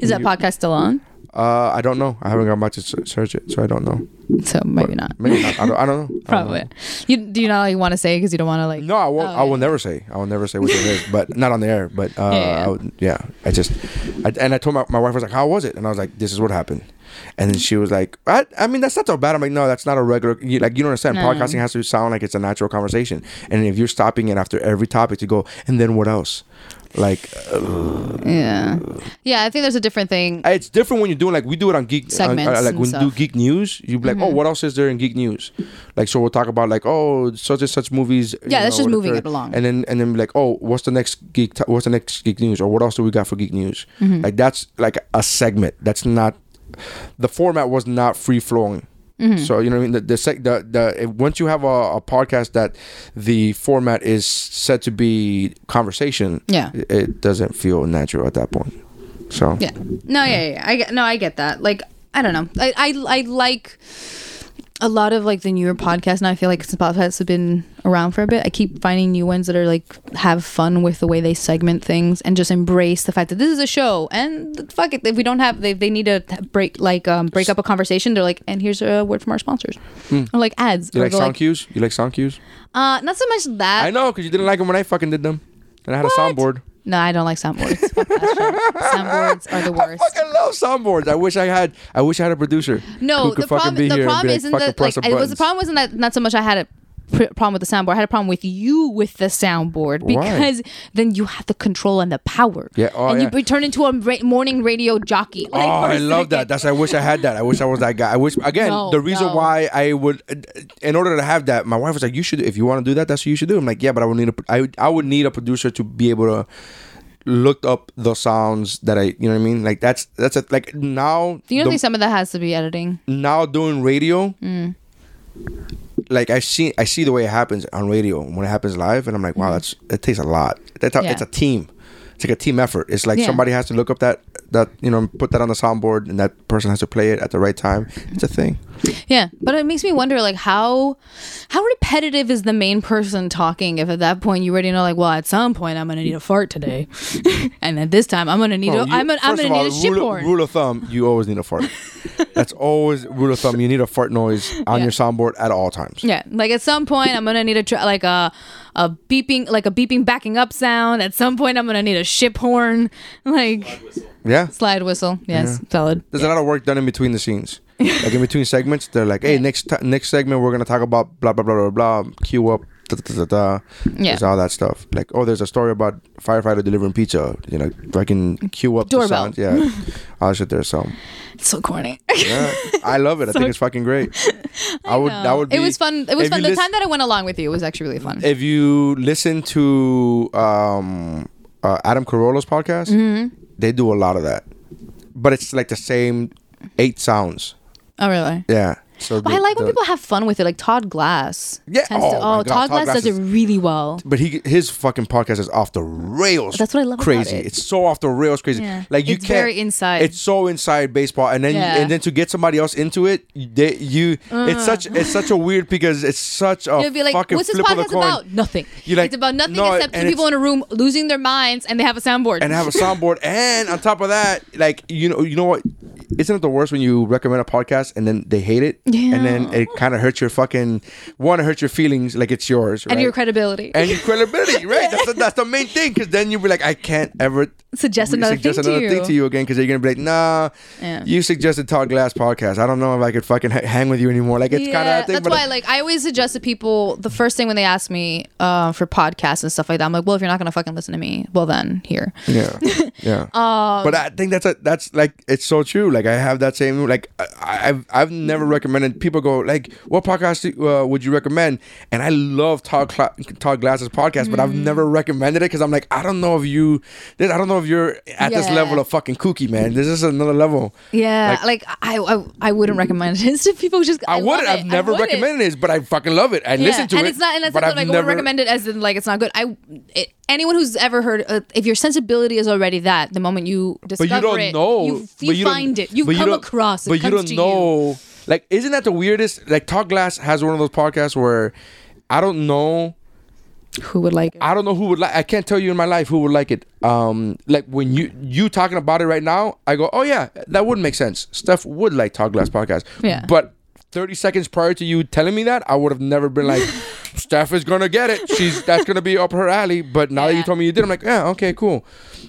Is that podcast still on?
Uh, I don't know. I haven't gone back to se- search it, so I don't know.
So maybe not.
Maybe not. I don't, I don't know. I don't
Probably.
know.
You do you not like want to say because you don't want to like.
No, I won't.
Oh,
I
yeah.
will never say. I will never say what it is, but not on the air. But uh,
Yeah, yeah.
I would, yeah. I just, I, and I told my, my wife I was like, "How was it?" And I was like, "This is what happened." And then she was like, "I, I mean, that's not so bad." I'm like, "No, that's not a regular. You, like, you don't understand. Podcasting has to sound like it's a natural conversation. And if you're stopping it after every topic to go, and then what else? Like,
Yeah. Yeah, I think there's a different thing.
Uh, it's different when you're doing like we do it on geek on-
Segments
uh, like when
and
you do
stuff. Mm-hmm.
geek news, you be like, oh, what else is there in geek news? Like, so we'll talk about like, oh, such and such movies. you
Yeah, that's just
what
moving
occurred.
it along.
And then and then be like, oh, what's the next geek? T- what's the next geek news? Or what else do we got for geek news?
Mm-hmm.
Like that's like a segment. That's not the format was not free flowing.
Mm-hmm.
So you know what I mean. The the, sec, the, the if, once you have a, a podcast that the format is said to be conversation,
Yeah.
it, it doesn't feel natural at that point. So
Yeah. No, yeah, yeah, yeah. I get, no, I get that. Like, I don't know. I, I, I like a lot of like the newer podcasts, and I feel like since podcasts have been around for a bit, I keep finding new ones that are like have fun with the way they segment things and just embrace the fact that this is a show. And fuck it, if we don't have, they, they need to break like um break up a conversation. They're like, and here's a word from our sponsors, or like ads.
Hmm. You
or
like
go,
sound cues? You like sound cues?
Uh, not so much that.
I know, because you didn't like them when I fucking did them. And I had a soundboard.
No, I don't like soundboards. Fuck that shit. soundboards are the
I
worst.
fucking love soundboards. I wish I had. I wish I had a producer.
No, the problem, the problem isn't that like, it was the problem wasn't that not so much I had it pr- problem with the soundboard. I had a problem with you with the soundboard because then you have the control and the power.
Yeah, oh,
and
yeah.
you turn into a ra- morning radio jockey.
Oh,
Like, for
I
a
love that.
second.
That's I wish I had that. I wish I was that guy. I wish again
No,
the reason
no.
why I would, in order to have that, my wife was like, "You should, if you want to do that, that's what you should do." I'm like, "Yeah, but I would need a, I would, I would need a producer to be able to look up the sounds that I, you know what I mean? Like that's that's a, like now
Do you don't
the-
think some of that has to be editing?
now doing radio
Mm.
like i see i see the way it happens on radio when it happens live and i'm like wow that's it takes a lot that's a,
Mm-hmm. Yeah.
it's a team it's like a team effort it's like
Yeah.
somebody has to look up that that you know put that on the soundboard and that person has to play it at the right time it's a thing
Yeah, but it makes me wonder, like how how repetitive is the main person talking? If at that point you already know, like, well, at some point I'm gonna need a fart today, and at this time I'm gonna need
Well,
a
you-
am gonna, I'm
first
gonna
of
need
all,
a shit
rule,
horn.
rule of thumb you always need a fart that's always rule of thumb you need a fart noise on
Yeah.
your soundboard at all times
Yeah, like at some point I'm gonna need a tr- like a a beeping like a beeping backing up sound. At some point I'm gonna need a ship horn, like
yeah
slide whistle. Yes, solid.
There's a lot of work done in between the scenes. like in between segments, they're like, "Hey, next t- next segment, we're gonna talk about blah blah blah blah blah. Cue up, da da da da.
Yeah.
There's all that stuff. Like, oh, there's a story about firefighter delivering pizza. You know, fucking cue up
Doorbell.
the sound. Yeah, all that shit there. So,
It's so corny.
yeah, I love it. I think it's fucking great. I, would. That would. Be,
it was fun. It was
if
fun.
you
The
lis-
time that I went along with you was actually really fun.
if you listen to um, uh, Adam Carolla's podcast,
Mm-hmm.
they do a lot of that, but it's like the same eight sounds.
oh really?
Yeah. So
But I
the-
like when
the-
people have fun with it, like Todd Glass.
Yeah.
Tends to-
Oh, my
oh,
God.
Todd, Glass, does
is-
it really well.
But he his fucking podcast is off the rails.
That's what I love about
Crazy.
it.
It's so off the rails crazy.
Yeah.
Like you
It's
can't.
very inside.
It's so inside baseball, and then
Yeah. Uh.
and then to get somebody else into it, you- they, you it's such it's such a weird because it's such a
You'll be like,
fucking
"What's this
flip of the
podcast
coin.
about? Nothing.
You're like,
it's about nothing
no,
except
and
two people
it's-
in a room losing their minds, and they have a soundboard.
and have a soundboard. and on top of that, like you know, you know what? Isn't it the worst when you recommend a podcast and then they hate it, and then it kind of hurts your fucking want to hurt your feelings, like it's yours,
And
right?
your credibility.
and your credibility, right? That's the, that's the main thing, because then you'll be like, I can't ever
Suggest
re-
another
suggest
thing to
another
you.
thing to you again, because you're gonna be like, Nah,
Yeah.
you suggested Todd Glass podcast. I don't know if I could fucking h- hang with you anymore. Like it's kind of a thing,
that's
but
why like I always suggest to people the first thing when they ask me uh, for podcasts and stuff like that, I'm like, well, if you're not gonna fucking listen to me, well then here.
yeah, yeah.
Um,
but I think that's a that's like it's so true. Like I have that same like I, I've I've
Mm-hmm.
never recommended people go like what podcast do- uh, would you recommend? And I love Todd Cla- Todd Glass's podcast, but I've never
Mm.
recommended it because I'm like I don't know if you this I don't know if you're at this
Yeah.
level of fucking kooky man. This is another level.
Yeah,
Like-
like, I, I I wouldn't recommend this to people. Just
I,
love
wouldn't.
it.
I've never
wouldn't.
recommended it, but I fucking love it. I
Yeah,
listen to
and
it.
it's not, and that's
but
not
I've
like "Oh, I
never
would recommend it as in like it's not good. I it, anyone who's ever heard, uh, if your sensibility is already that, the moment you discover
But you don't
it,
know.
you,
but
you,
don't-
find it, you
but
come
don't-
across, it
But you
comes
don't
to
know. Like, isn't that the weirdest? Like, Talk Glass has one of those podcasts where I don't know.
who would like. It.
I don't know who would like. I can't tell you in my life who would like it. Um, like when you you talking about it right now, I go, oh yeah, that would make sense. Steph would like Talk Glass podcast.
Yeah.
But thirty seconds prior to you telling me that, I would have never been like, Steph is gonna get it. She's that's gonna be up her alley. But now that you
Yeah.
told me you did, I'm like, yeah, okay, cool.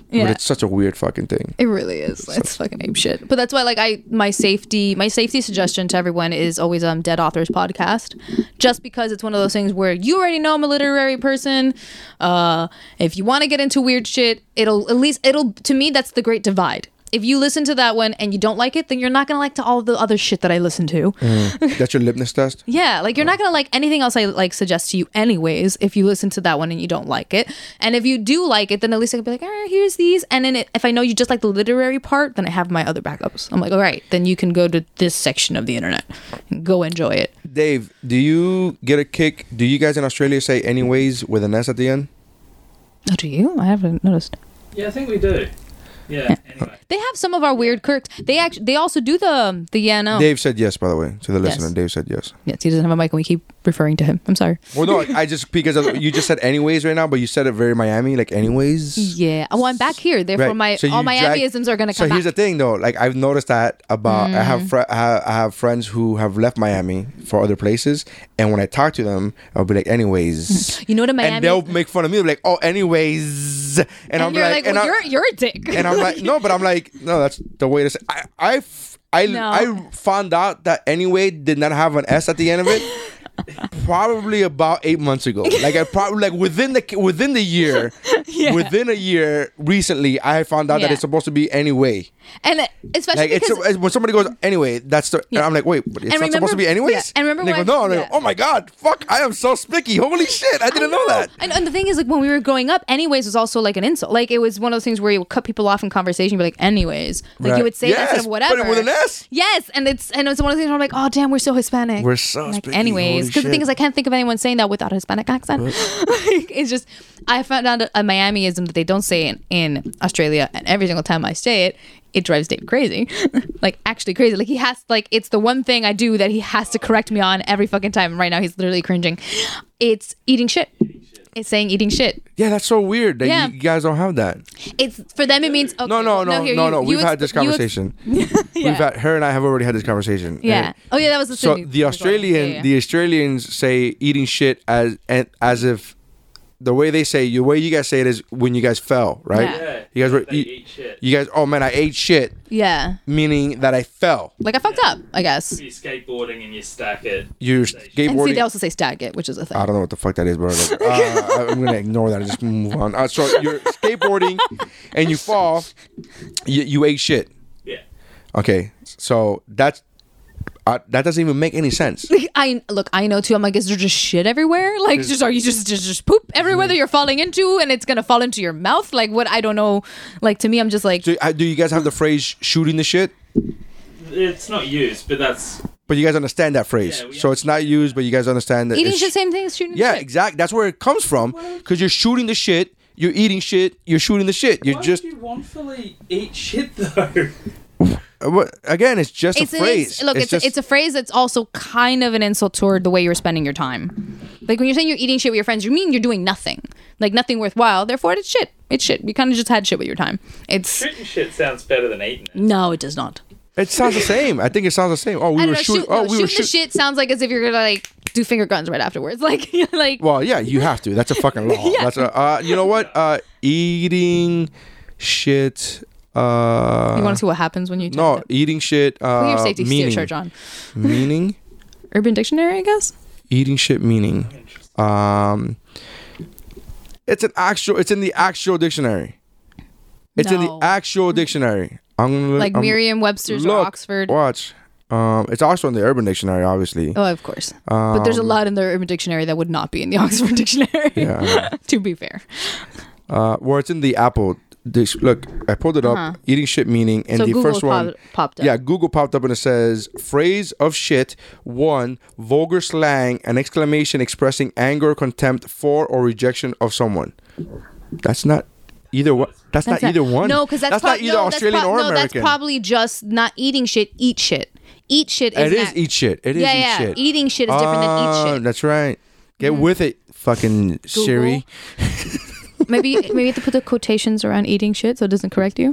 Yeah.
But it's such a weird fucking thing.
It really is. It's fucking ape shit. But that's why, like, I my safety my safety suggestion to everyone is always um Dead Authors podcast, just because it's one of those things where you already know I'm a literary person. Uh, if you want to get into weird shit, it'll at least it'll to me that's the great divide. If you listen to that one and you don't like it, then you're not gonna like to all the other shit that I listen to.
That's your lipness test.
Yeah, like you're not gonna like anything else I like suggest to you, anyways. If you listen to that one and you don't like it, and if you do like it, then at least I can be like, all right, here's these. And then it, if I know you just like the literary part, then I have my other backups. I'm like, all right, then you can go to this section of the internet, and go enjoy it.
Dave, do you get a kick? Do you guys in Australia say anyways with an S at the end?
Oh, do you? I haven't noticed.
Yeah, I think we do. Yeah. Anyway,
They have some of our weird Kirks. They actually they also do the the yeah no.
Dave said yes, by the way, to the
Yes.
listener. Dave said yes.
yes, he doesn't have a mic, and we keep referring to him. I'm sorry.
Well, no, I just because of, you just said anyways right now, but you said it very Miami, like anyways.
Yeah. Oh, I'm back here. Therefore,
Right.
my
So
all
you
my
drag-
Miamiisms are gonna
So
come
here's the
back. Mm.
thing, though. Like I've noticed that about I have fr- I have I have friends who have left Miami for other places, and when I talk to them, I'll be like, anyways,
you know what a Miami?
and they'll make fun of me, like, oh, anyways, and,
and
I'm
you're
like,
like,
and
well,
I-
you're you're a dick.
and I'm like, no, but I'm like, no, that's the way to say. I I f- I,
No.
I found out that anyway did not have an S at the end of it, probably about eight months ago. Like I probably like within the within the year, within a year recently, I found out that
Yeah.
it's supposed to be anyway.
and uh, especially
Like it's,
because
it's when somebody goes anyway. That's the and I'm like wait, but it's
And
not supposed to
remember-
be anyways.
yeah, and remember
they go
when-
no, and they go,
yeah.
oh my god, fuck, I am so spicky. Holy shit, I didn't know. that.
And, and the thing is, like when we were growing up, anyways was also like an insult. Like it was one of those things where you would cut people off in conversation, be like, anyways, like
Right.
you would say that instead
Yes,
of whatever.
but with an S.
Yes, and it's and it's one of the things where I'm like, oh damn, we're so Hispanic.
We're so
like,
spicky,
anyways,
holy
because the thing
shit.
is, I can't think of anyone saying that without a Hispanic accent. like, it's just I found out a Miamiism that they don't say in, in Australia, and every single time I say it. It drives Dave crazy, like actually crazy. Like he has, like it's the one thing I do that he has to correct me on every fucking time. And right now he's literally cringing. It's eating shit. It's saying eating shit.
Yeah, that's so weird that
Yeah.
you guys don't have that.
It's for them. It means okay,
No, no,
well,
no, no,
here,
no.
you- you
We've
ex-
had this
you ex-
conversation. We've had her and I have already had this conversation.
yeah.
And
oh yeah, that was the
so
thing.
the Australian,
Yeah, yeah.
the Australians say eating shit as and as if the way they say the way you guys say it is when you guys fell, right?
Yeah.
Yeah.
You guys were
They
you,
eat shit.
you guys. Oh man, I ate shit,
yeah.
meaning that I fell.
Like I fucked up, I guess.
You're skateboarding and you stack it.
You're
And see, they
skateboarding.
also say stag it, which is a thing.
I don't know what the fuck that is, but like, uh, I'm gonna ignore that and just move on. Uh, so you're skateboarding and you fall. You, you ate shit.
Yeah.
Okay, so that's uh, that doesn't even make any sense.
Like, I look, I know too. I'm like, is there just shit everywhere? Like, just are you just just, just poop everywhere that you're falling into, and it's gonna fall into your mouth? Like, what? I don't know. Like to me, I'm just like,
Do, uh, do you guys have the phrase "shooting the shit"?
It's not used, but that's
But you guys understand that phrase,
Yeah, we
so it's not used. But you guys understand that.
eating
it's-
shit, same thing as shooting.
Yeah,
shit.
exactly. That's where it comes from. Because you're shooting the shit, you're eating shit, you're shooting the shit. You're
Why
just
would you wrongfully eat shit though?
uh, what- again. It's just
It's
a
an
phrase.
ins- look, it's,
just,
a, it's a phrase that's also kind of an insult toward the way you're spending your time. Like when you're saying you're eating shit with your friends, you mean you're doing nothing, like nothing worthwhile. Therefore, it's shit. It's shit. You kind of just had shit with your time. It's
Shooting shit sounds better than eating it.
no, it does not.
It sounds the same. I think it sounds the same. Oh,
I
we
don't
were
know.
shooting.
shoot,
oh,
no,
we were
shooting the
shooting.
shit sounds like as if you're gonna like do finger guns right afterwards. Like, you're like
Well, yeah, you have to. That's a fucking law. That's a, uh, you know what? Uh, eating shit. Uh,
you want to see what happens when you type
no,
it?
eating shit. Uh,
Put your safety
meaning.
shirt on.
Meaning.
Urban Dictionary, I guess.
eating shit meaning um it's an actual it's in the actual dictionary it's in the
No.
actual dictionary i'm gonna
Like
I'm-
Merriam-Webster's or
um, look,
Oxford.
watch um it's also in the urban dictionary obviously
Oh, of course. but there's a lot in the Urban Dictionary that would not be in the Oxford Dictionary.
Um, Yeah, I know.
to be fair.
uh well it's in the apple dic- look i pulled it up eating shit meaning and
Uh-huh. So
the
Google
first one
pop- popped up.
yeah google popped up and it says phrase of shit one vulgar slang an exclamation expressing anger contempt for or rejection of someone that's not either one that's, not either one
No, because that's,
not
prob-
either
no, that's
australian
prob-
or
no,
american
That's probably just not eating shit. Eat shit. Eat shit. Is
it is
act-
eat shit it is
Yeah,
eat
yeah.
shit
Eating shit is different than eat
Ah,
shit. Mm.
that's right get with it fucking siri
maybe maybe you have to put the quotations around eating shit so it doesn't correct you.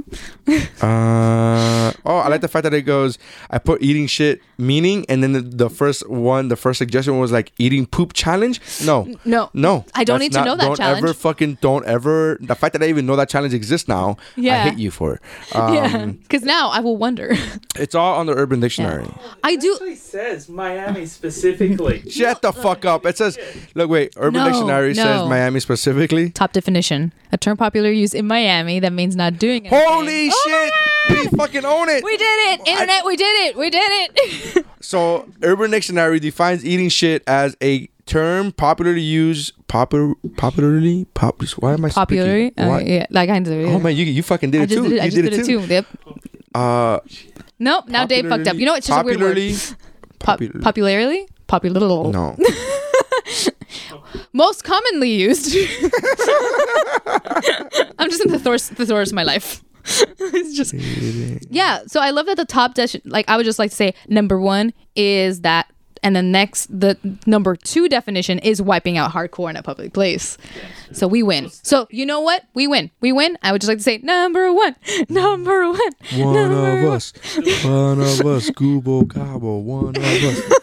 Uh, oh, I like the fact that it goes. I put eating shit meaning, and then the, the first one, the first suggestion was like eating poop challenge. No,
No.
no,
I don't
that's
need to know that
Don't
challenge.
ever fucking don't ever. The fact that I even know that challenge exists now, I
Yeah.
hate you for. it. Um,
yeah, because now I will wonder.
It's all on the Urban Dictionary.
I
It
do.
actually says Miami specifically.
Shut the fuck up! It says, look, wait. Urban
No,
Dictionary says
no.
Miami specifically.
Top definition: a term popular use in Miami that means not doing anything.
Holy
Oh my
shit! We fucking own it.
We did it, internet. we did it. We did it.
So, Urban Dictionary defines eating shit as a term popularly used, popular, popularly, pop. Why am I
Popularly,
speaking?
uh,
Why-
yeah, like I did.
Oh man, you you fucking did
I
it
just
too.
did it. I
you
just did, it too. Yep.
Uh,
Nope. Now Dave fucked up. You know what? It's just a weird word.
popularly,
Pop-
popularly,
popularly, popular.
no.
Most commonly used. I'm just in the thesaurus, thesaurus of my life. it's just yeah. So I love that the top dash. Like I would just like to say number one is that, and the next the number two definition is wiping out hardcore in a public place. So we win. So you know what? We win. We win. I would just like to say number one, number one,
One
number
of us, one of us, Goobo Cabo, one of us.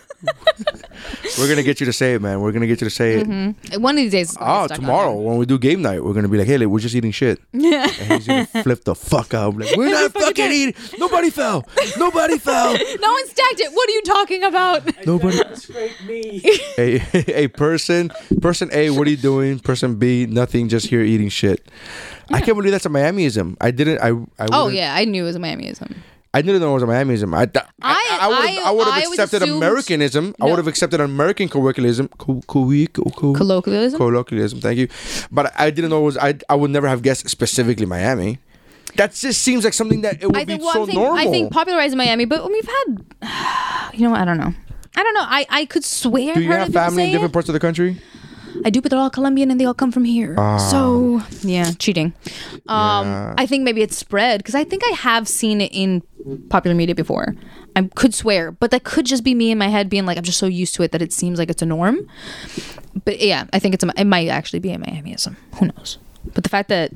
We're gonna get you to say it, man. We're gonna get you to say it.
One of these days. it's gonna
Oh,
get Mm-hmm. stuck on
tomorrow
there.
when we do game night, we're gonna be like, "Hey, like, we're just eating shit," and he's gonna flip the fuck out. Be Like, we're not fucking eating. Nobody fell. Nobody fell.
No one stacked it. What are you talking about?
Nobody.
Scrape me.
a, a person, person A, what are you doing? Person B, nothing, just here eating shit. I can't believe that's a Miamiism. I didn't. I. I
Oh
wouldn't-
yeah, I knew it was a Miamiism.
I didn't know it was a Miamiism. I. th- I.
I-
I would.
I-
I, would
I
have
was
accepted
assumed-
Americanism. I
No.
would have accepted American colloquialism. Co- colloquial- colloquial-
Colloquialism.
Colloquialism. Thank you. But I didn't know it was. I. I would never have guessed specifically Miami. That just seems like something that it would
I
be
think. Well,
so
I'm thinking-
normal.
I think popularized in Miami, but we've had. You know, what? I don't know. I don't know. I, I could swear.
Do you
I've heard
have
of people
family
say
in
it.
different parts of the country?
I do, but they're all Colombian and they all come from here. so yeah, cheating. Um,
Yeah.
I think maybe it's spread because I think I have seen it in popular media before. I could swear, but that could just be me in my head being like, I'm just so used to it that it seems like it's a norm. But yeah, I think it's a, it might actually be a Miamiism. Who knows? But the fact that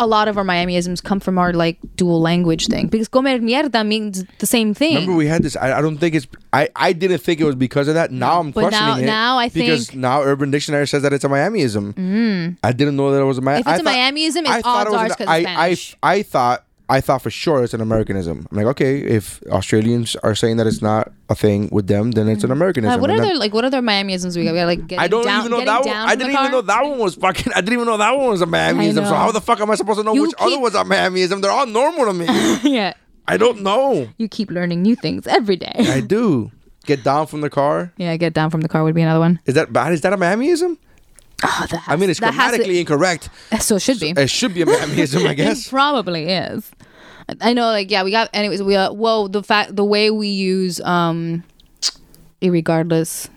a lot of our Miamiisms come from our like dual language thing because comer mierda means the same thing.
Remember we had this. I, I don't think it's. I, I didn't think it was because of that. Now I'm
But
questioning
now-
it.
now I
because
think- Mm.
now Urban Dictionary says that it's a Miamiism. I didn't know that it was a Miami.
If it's a Miamiism, it's odds are it's 'cause it's
I, I
Spanish.
I thought I thought for sure it's an Americanism. I'm like, okay, if Australians are saying that it's not a thing with them, then it's an Americanism.
Uh, what
And
other
then-
like what other Miamiisms we got? We got like
I
getting
don't
down,
even know
getting
that one.
down
I
from the
didn't even know
car.
that one was fucking. I didn't even know that one was a Miamiism. So
know.
how the fuck am I supposed to know
You
which other
keep-
was a Miamiism? They're all normal to me.
yeah,
I don't know.
you keep learning new things every day.
I do. Get down from the car.
yeah, get down from the car would be another one.
Is that bad? Is that a Miamiism?
Oh, that
I mean, it's
that has to-
grammatically incorrect.
so it should be.
It should be a Miamiism, I
It
guess.
probably is. I- I know, like, yeah, we got. Anyways, we uh, whoa, the fact, the way we use um, irregardless.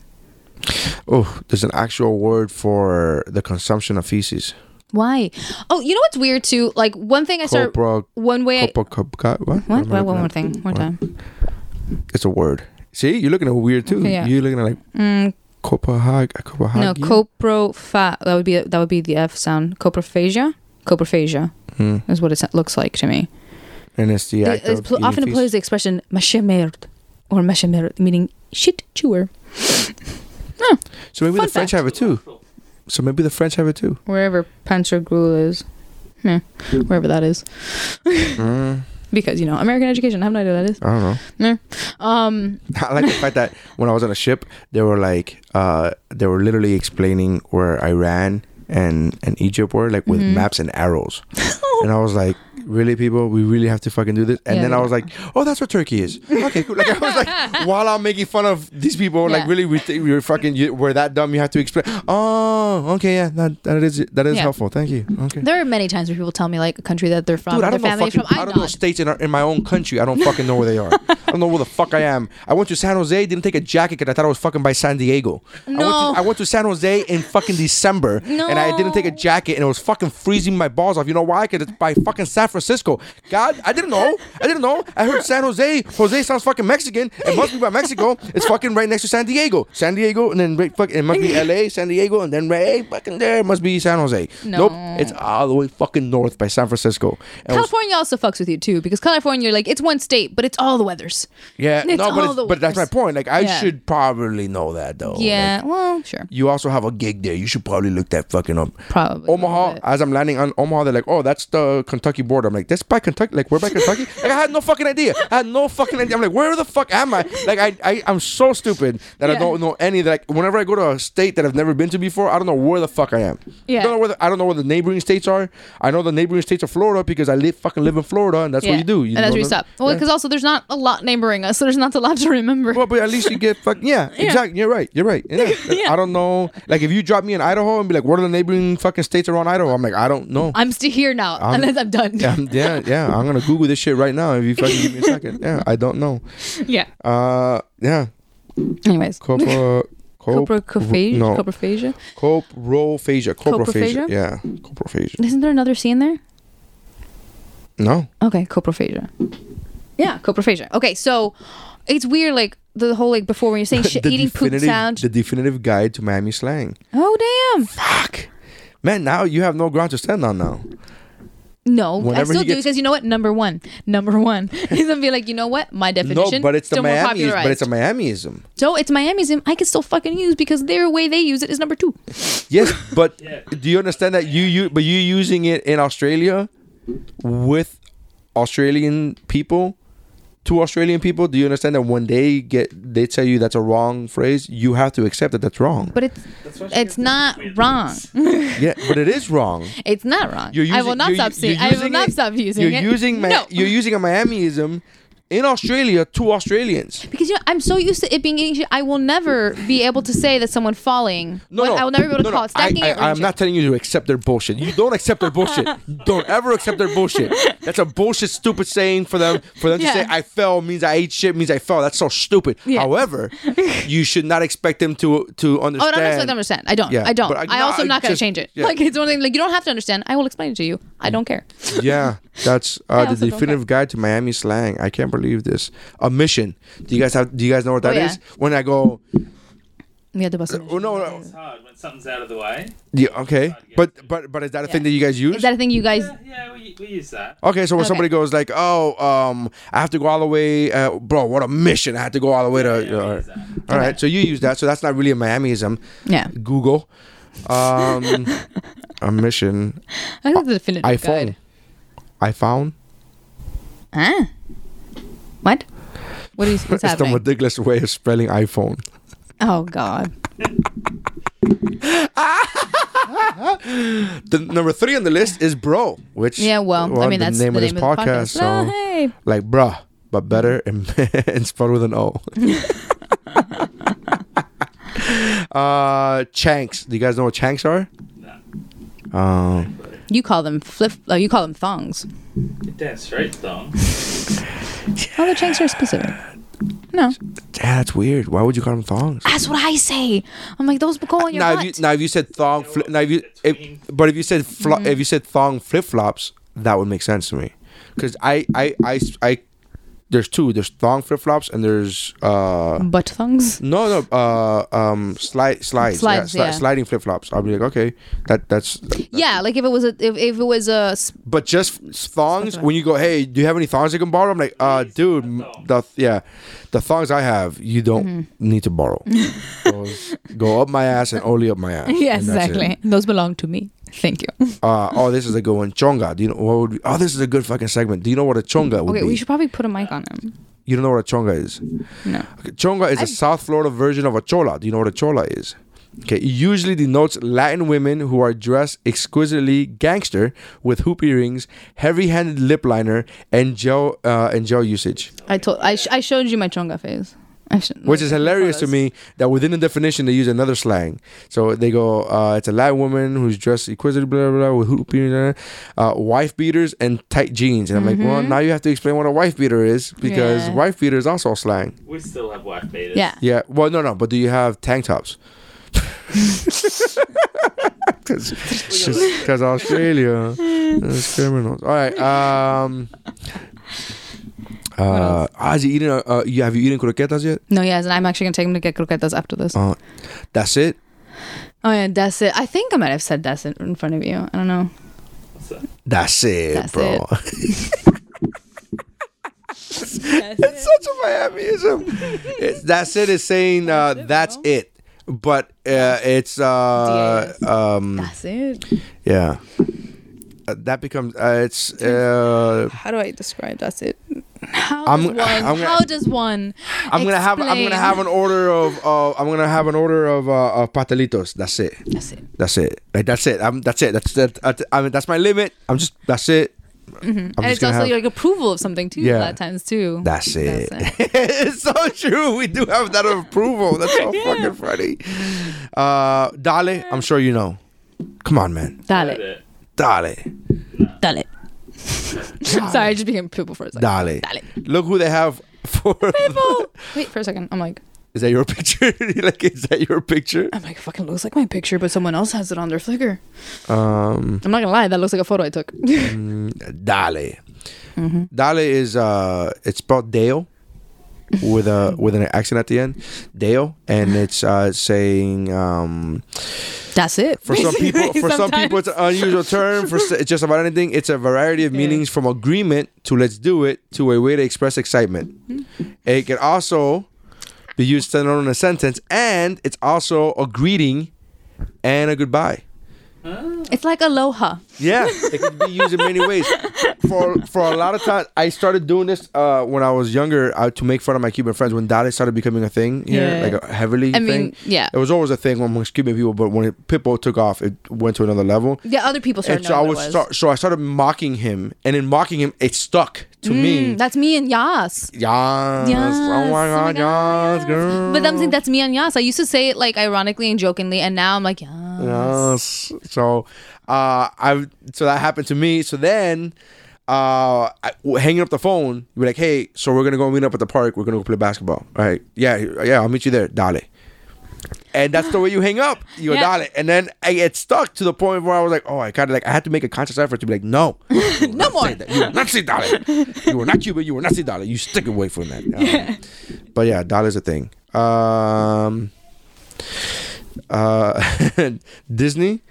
Oh, there's an actual word for the consumption of feces.
Why? Oh, you know what's weird too? Like one thing I started.
Copra-
one way. I,
Copa, cop, co- what? What
Eh, what?
am I
What?
looking
One more
at?
thing. One more time.
It's a word. See, you're looking at weird too.
Okay, yeah.
You're looking at like uh,
Mm,
Copahag, Copahag.
no, copropha. That would be that would be the F sound. Coprophagia. Coprophagia
Hmm.
is what it sa- looks like to me.
And it's the
The-
act
it's
of
pl-
eating
often
feces.
employs the expression "mashamerd" or "mashamerd," meaning shit chewer.
So maybe
Fun
the French
fact.
have it too. So maybe the French have it too.
Wherever Panzergruel is, yeah, wherever that is,
Mm,
because you know American education. I have no idea what that is.
I don't know.
Um,
I like the fact that when I was on a ship, they were like, uh, they were literally explaining where Iran and and Egypt were, like
Mm-hmm.
with maps and arrows. and I was like, really, people, we really have to fucking do this. And
Yeah,
then I
yeah.
was like, oh, that's where Turkey is. Okay, cool. Like I was like, while I'm making fun of these people, like
Yeah.
really, we think we're fucking, you, we're that dumb. You have to explain. Oh, okay, yeah, that, that is that is
Yeah.
helpful. Thank you. Okay.
there are many times where people tell me like a country that they're from,
Dude, I
their
don't know
family
fucking.
from.
I
I'm
don't know
not.
states in, our, in my own country. I don't fucking know where they are. I don't know where the fuck I am. I went to San Jose. Didn't take a jacket because I thought I was fucking by San Diego. I
No.
went, to, I went to San Jose in fucking December, and I didn't take a
No.
jacket, and it was fucking freezing my balls off. You know why? Because it's by fucking San Francisco. God, I didn't know. I didn't know. I heard San Jose. Jose sounds fucking Mexican. It must be by Mexico. It's fucking right next to San Diego. San Diego, and then right fuck. It must be L.A. San Diego, and then right fucking there it must be San Jose.
No.
Nope, it's all the way fucking north by San Francisco. And it was
Mm. California also fucks with you too because California, you're like it's one state, but it's all the weathers.
Yeah,
It's
no,
all
but it's,
the
but that's my
worst.
point. Like, I
Yeah.
should probably know that though.
yeah,
Oh, Like,
well, sure,
you also have a gig there. You should probably look that fucking up.
probably.
Omaha, as I'm landing on Omaha, they're like, "Oh, that's the Kentucky border." I'm like, "That's by Kentucky? Like, we're by Kentucky?" like, I had no fucking idea. I had no fucking idea. I'm like, "Where the fuck am I?" Like, I, I I'm so stupid that I
Yeah.
don't know any. Like, whenever I go to a state that I've never been to before, I don't know where the fuck I am.
Yeah.
I don't know where the, I don't know where the neighboring states are. I know the neighboring states of Florida because I live fucking live in Florida, and that's
yeah.
what you do. You
and that's
know
where you
the-
stop. Well,
Yeah.
because also there's not a lot neighboring us, so there's not a lot to remember.
Well, but at least you get fuck. Yeah, exactly. You're right. You're right. Yeah.
Yeah.
I don't know. Like if you drop me in Idaho and be like, "What are the neighboring fucking states around Idaho?" I'm like, I don't know.
I'm still here now,
I'm-
unless I'm done.
Yeah, I'm- yeah, yeah. I'm gonna Google this shit right now. If you fucking give me a second, yeah, I don't know.
yeah.
Uh, yeah,
Anyways.
Copa, cop,
Coprophagia?
Oh, no,
Coprophagia?
coprophagia, coprophagia.
Coprophagia?
Yeah, coprophagia.
Isn't there another C in there?
No,
Okay, coprophagia. Yeah, coprophagia. Okay, so it's weird, like the whole like before when you're saying shit, eating poop
definitive,
sound.
the definitive guide to Miami slang.
oh damn!
Fuck, man. Now you have no ground to stand on now.
No, I
Whenever
still
he
do
gets-
because you know what? Number one, number one. He's gonna be like, you know what? My
no,
definition.
but it's the
still more
Miami. But
popularized.
it's a Miamiism.
so it's Miamism. I can still fucking use because their way they use it is number two.
Yes, but do you understand that you you but you using it in Australia with Australian people to Australian people? Do you understand that when they get they tell you that's a wrong phrase, you have to accept that that's wrong.
But it's it's not wrong.
yeah, but it is wrong.
It's not wrong.
You're
I
using-
will not
you're-
stop
you're
saying. I will
using
not
it-
stop using
you're
it.
Using Mi-
no.
You're using a Miamiism in Australia to Australians.
because you know I'm so used to it being English. I will never be able to say that someone falling.
No,
what-
no,
I will never be able
no,
to
no,
call it stacking.
I, I,
it,
I'm
ranging.
not telling you to accept their bullshit. You don't accept their bullshit. don't ever accept their bullshit. That's a bullshit, stupid saying for them. For them
Yeah.
to say "I fell" means I ate shit means I fell. That's so stupid.
Yeah.
However, you should not expect them to to
Oh,
understand.
no, no, I don't understand. I don't.
Yeah,
I don't.
but
I,
I- no,
also am
I
not going to
just-
change it.
yeah.
Like it's one thing. Like you don't have to understand. I will explain it to you. I don't care.
Yeah, that's uh,
also
the
don't
definitive guide to Miami slang. I can't believe this. A mission. Do you guys have? Do you guys know what that is?
Oh, yeah.
When I go,
We had the bus.
oh no, no,
It's hard when something's out of the way.
yeah, okay, but but but is that a thing that you guys use?
Is that a thing you guys?
Yeah, yeah we, we use that.
Okay, so when
Okay.
somebody goes like, "Oh, um, I have to go all the way, uh, bro. What a mission! I had to go all the way to." all right, All right, so you use that. So that's not really a Miamiism.
Yeah.
Google, um, a mission.
I think the definitive
iPhone.
guide.
I found.
Huh? What? What is what's
It's the
happening?
ridiculous way of spelling iPhone.
Oh God.
The number three on the list is bro, which
Yeah. Well, I
well,
mean that's the name of this podcast.
so-
Oh, hey.
like bruh, but better and, and spelled with an O. uh, chanks. Do you guys know what chanks are? Um,
You call them flip. Uh, you call them thongs.
Damn straight thong.
Oh, the chanks are specific. No,
yeah, that's weird. Why would you call them thongs?
that's what I say. I'm like those go on your
Now
butt.
if, you, now, if you said thong, fli- now if you, if, but if you said flo-
Mm-hmm.
if you said thong flip flops, that would make sense to me, because I, I, I, I, there's two. There's thong flip flops and there's uh
butt thongs.
No, no. Uh, um, slide, slides,
Slides,
yeah, sli-
yeah.
sliding flip flops. I'll be like, okay, that that's.
Yeah, like if it was a if, if it was a s-
But just thongs. When you go, hey, do you have any thongs you can borrow? I'm like, uh, dude, m- the yeah, the thongs I have, you don't
Mm-hmm.
need to borrow. Those go up my ass and only up my ass.
yeah
and that's it.
exactly. Those belong to me. Thank you.
Uh, oh, this is a good one. Chonga. Do you know what would? Be, oh, this is a good fucking segment. Do you know what a chonga would
Okay,
be?
we should probably put a mic on him.
you don't know what a chonga is?
No.
Okay, chonga is a South Florida version of a chola. Do you know what a chola is? Okay, it usually denotes Latin women who are dressed exquisitely gangster with hoop earrings, heavy-handed lip liner, and gel uh, and gel usage,
I told I, sh- I showed you my chonga face. I sh-
which is hilarious to me. That within the definition they use another slang. So they go, uh, it's a Latin woman who's dressed exquisitely, blah blah, blah with hoop earrings, uh, wife beaters, and tight jeans. And I'm like, well, now you have to explain what a wife beater is because
Mm-hmm. Yeah.
wife beater is also a slang.
We still have wife beaters.
Yeah.
Yeah. Well, no, no. But do you have tank tops? Because Australia is criminals. All right. Um, uh, has you eaten? Uh, uh, you, have you eaten croquetas yet?
No, yes, and I'm actually gonna take him to get croquetas after this.
Uh, that's it.
oh yeah, that's it. I think I might have said that's it in front of you. I don't know.
That's it,
That's
bro. it's such a Miamiism. It's, that's it is saying uh, that's it, but uh, it's uh,
Yes.
um,
That's it.
Yeah. Uh, that becomes uh, it's uh,
How do I describe that's it? How
I'm-
does one?
I'm gonna-
how does one?
I'm gonna have I'm gonna have an order of uh, I'm gonna have an order of uh, of patelitos. That's it.
That's it.
That's it. Like that's it. I'm that's it. That's that. that- I mean that's my limit. I'm just that's it. I'm
Mm-hmm. and
just
it's
gonna
also
have,
like approval of something too.
Yeah.
A lot of times too.
that's it.
That's
it's so true. We do have that approval. That's so fucking funny. Uh, Dale, I'm sure you know. Come on, man.
Dale.
It.
Dale,
Dale. Sorry, I just became people for a second.
Dale. Look who they have for.
Wait for a second. I'm like,
is that your picture? like, is that your picture?
I'm like, fucking looks like my picture, but someone else has it on their Flickr.
Um,
I'm not gonna lie, that looks like a photo I took.
Mm. Dale. Dale is uh, it's spelled Dale, with a with an accent at the end, Dale, and it's uh, saying um,
That's it.
for some people for some people it's an unusual term for s- just about anything. It's a variety of meanings from agreement to let's do it to a way to express excitement. It can also be used to in a sentence, and it's also a greeting and a goodbye.
It's like aloha.
Yeah, it can be used in many ways. For for a lot of times, I started doing this uh, when I was younger uh, to make fun of my Cuban friends. When Dale started becoming a thing here,
Yeah.
like a heavily.
I mean,
thing,
yeah.
it was always a thing amongst Cuban people. But when it, Pitbull took off, it went to another level.
Yeah, other people
And
started
so I
knowing what
would
it
start.
was.
So I started mocking him, and in mocking him, it stuck to me.
Mm, that's me and Yas.
Yas, oh my god, yas, girl.
But I'm saying that's me and Yas. I used to say it like ironically and jokingly, and now I'm like, Yas.
Yes. So, uh, I so that happened to me. So then, uh, I, w- hanging up the phone, you be like, "Hey, so we're gonna go meet up at the park. We're gonna go play basketball. All right? Yeah, yeah. I'll meet you there. Dale." And that's the way you hang up. You go,
Yeah.
Dale. And then I get stuck to the point where I was like, oh, I kind of like, I had to make a conscious effort to be like, no. no more. You will not say Dale. You were not Cuban. You were not say Dale. You stick away from that. Um, But yeah, Dale's a thing. Um, uh, Disney.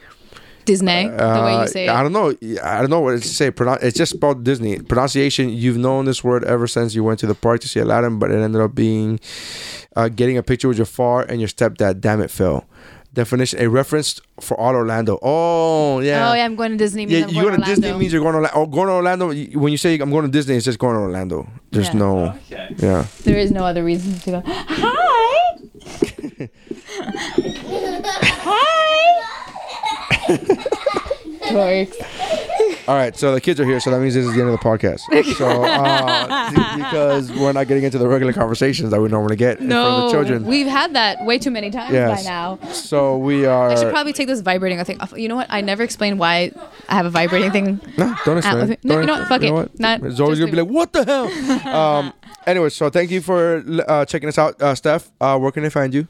Disney. the way
Uh,
you say it.
I don't know. I don't know what it's say. Pronoun- It's just spelled Disney. Pronunciation. You've known this word ever since you went to the park to see Aladdin, but it ended up being uh, getting a picture with your far and your stepdad. Damn it, Phil. Definition: A reference for all Orlando. Oh yeah.
Oh yeah, I'm going to Disney.
Yeah, you going to Disney means you're going to Orlando. Going to Orlando. y- When you say I'm going to Disney, it's just going to Orlando. There's
Yeah.
no.
Okay.
Yeah.
there is no other reason to go. Hi.
All right, so the kids are here, so that means this is the end of the podcast. So uh, d- because we're not getting into the regular conversations that we normally get in front of the children.
We've had that way too many times
Yes.
by now.
so we are.
I should probably take this vibrating thing off. You know what? I never explained why I have a vibrating thing.
No, don't
Out
explain.
with it. Ah, No,
Don't-
you know what? Fuck it. Not-
it's always
just
gonna be like, what the hell? um, anyway, so thank you for uh, checking us out, uh, Steph. Uh, where can they find you?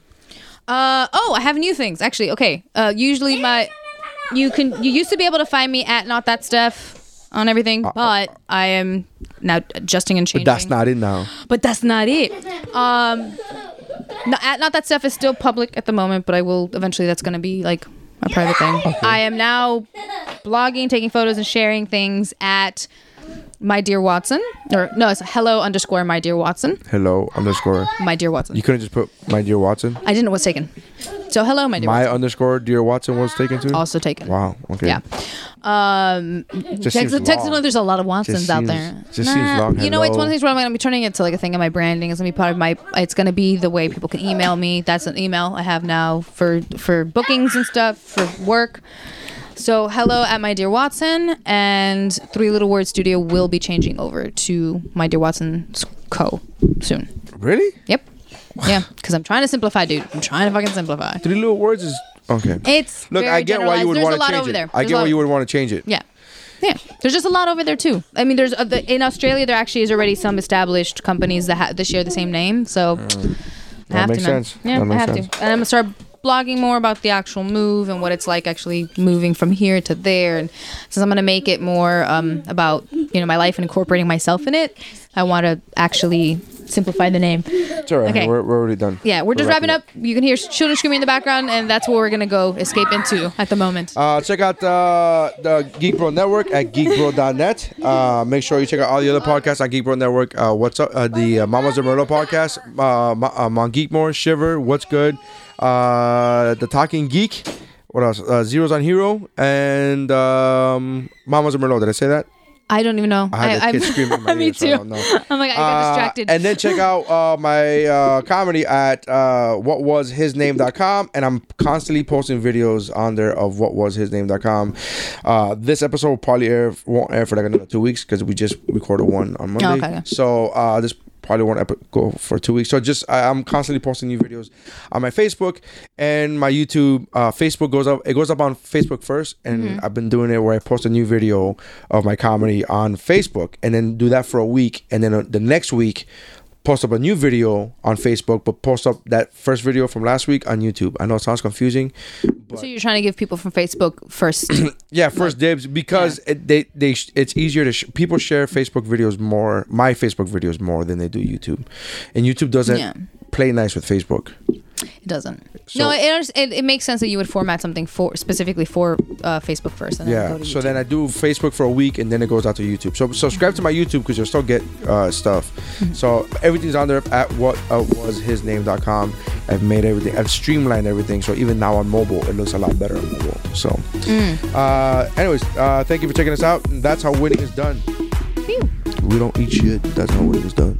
Uh oh, I have new things actually. Okay. Uh usually my you can you used to be able to find me at not that stuff on everything, but I am now adjusting and changing.
Uh, That's not it now.
But that's not it. Um no, at not that stuff is still public at the moment, but I will eventually that's going to be like a private thing. I am now blogging, taking photos and sharing things at my dear Watson or no, it's hello underscore my dear Watson.
Hello underscore.
My dear Watson.
You couldn't just put my dear Watson.
I didn't know what's taken. So hello my dear
My
Watson.
underscore dear Watson was taken too.
Also taken.
Wow. Okay.
Yeah. Um,
Just seems
Texas, Texas,
long.
there's a lot of Watsons
Just
out
seems-
there.
just seems long.
You know, it's one of
Hello.
the things where I'm going to be turning it to like a thing of my branding. It's going to be part of my. It's going to be the way people can email me. That's an email I have now for for bookings and stuff for work. So hello at my dear Watson and Three Little Word Studio will be changing over to my dear Watson Co. soon.
Really?
Yep. Yeah, because I'm trying to simplify, dude. I'm trying to fucking simplify.
Three little words is okay.
It's
Look,
very
I get why you
generalized.
would
There's
want
a
to
lot
change
over
it.
there.
I
There's
get
a
why
lot-
you would want to change it.
yeah. Yeah. There's just a lot over there too. I mean, there's uh, the, in Australia there actually is already some established companies that, ha- that share the same name. So I
Mm. That
have
makes
to man.
sense.
Yeah,
That makes
I have
sense.
to. And I'm gonna start blogging more about the actual move and what it's like actually moving from here to there. And since I'm gonna make it more um, about you know my life and incorporating myself in it, I want to actually simplify the name.
It's all right.
Okay.
We're, we're already done.
Yeah, we're just
wrapping
wrapping up. You can hear children screaming in the background, and that's where we're gonna go escape into at the moment.
Uh, check out uh, the Geek Bro Network at geekbro.net. Uh, make sure you check out all the other podcasts on Geek Bro Network. Uh, what's up? Uh, the uh, Mamas and Merlot podcast, uh, Ma- uh, on Geekmore, Shiver, What's Good, uh, The Talking Geek, what else? Uh, Zeros on Hero, and um, Mamas and Merlot. Did I say that?
I don't even know.
I had a
I'm-
kid screaming in my
Me
ear, so I
too.
don't know.
I'm like I got
Uh,
distracted.
and then check out uh, my uh, comedy at uh, whatwashisname.com. And I'm constantly posting videos on there of whatwashisname.com. Uh, this episode will probably air, won't air for like another two weeks because we just recorded one on Monday.
Oh, okay.
So uh, this probably won't ep- go for two weeks. So just I, I'm constantly posting new videos on my Facebook and my YouTube. Uh, Facebook goes up. It goes up on Facebook first, and I've been doing it where I post a new video of my comedy on Facebook, and then do that for a week, and then uh, the next week post up a new video on Facebook, but post up that first video from last week on YouTube. I know it sounds confusing.
So you're trying to give people from Facebook first.
Yeah, first dibs because it, they they sh- it's easier to sh- people share Facebook videos more, my Facebook videos more than they do YouTube, and YouTube doesn't
Yeah.
play nice with Facebook.
It doesn't.
So-
no, it, unders- it it makes sense that you would format something for specifically for uh, Facebook first. And Then
Yeah,
go to
so
YouTube.
then I do Facebook for a week and then it goes out to YouTube. So subscribe to my YouTube because you'll still get uh, stuff.
Mm-hmm.
So everything's on there at what uh, was his name.com. I've made everything, I've streamlined everything. So even now on mobile, it looks a lot better on mobile. So,
Mm.
uh, anyways, uh, thank you for checking us out. And that's how winning is done. We don't eat shit. That's how winning is done.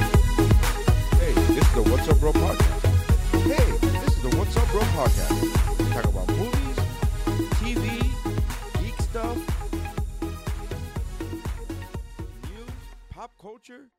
Hey, this is the What's Up Bro podcast. Hey, this is the What's Up Bro podcast. We talk about movies, TV, geek stuff, news, pop culture,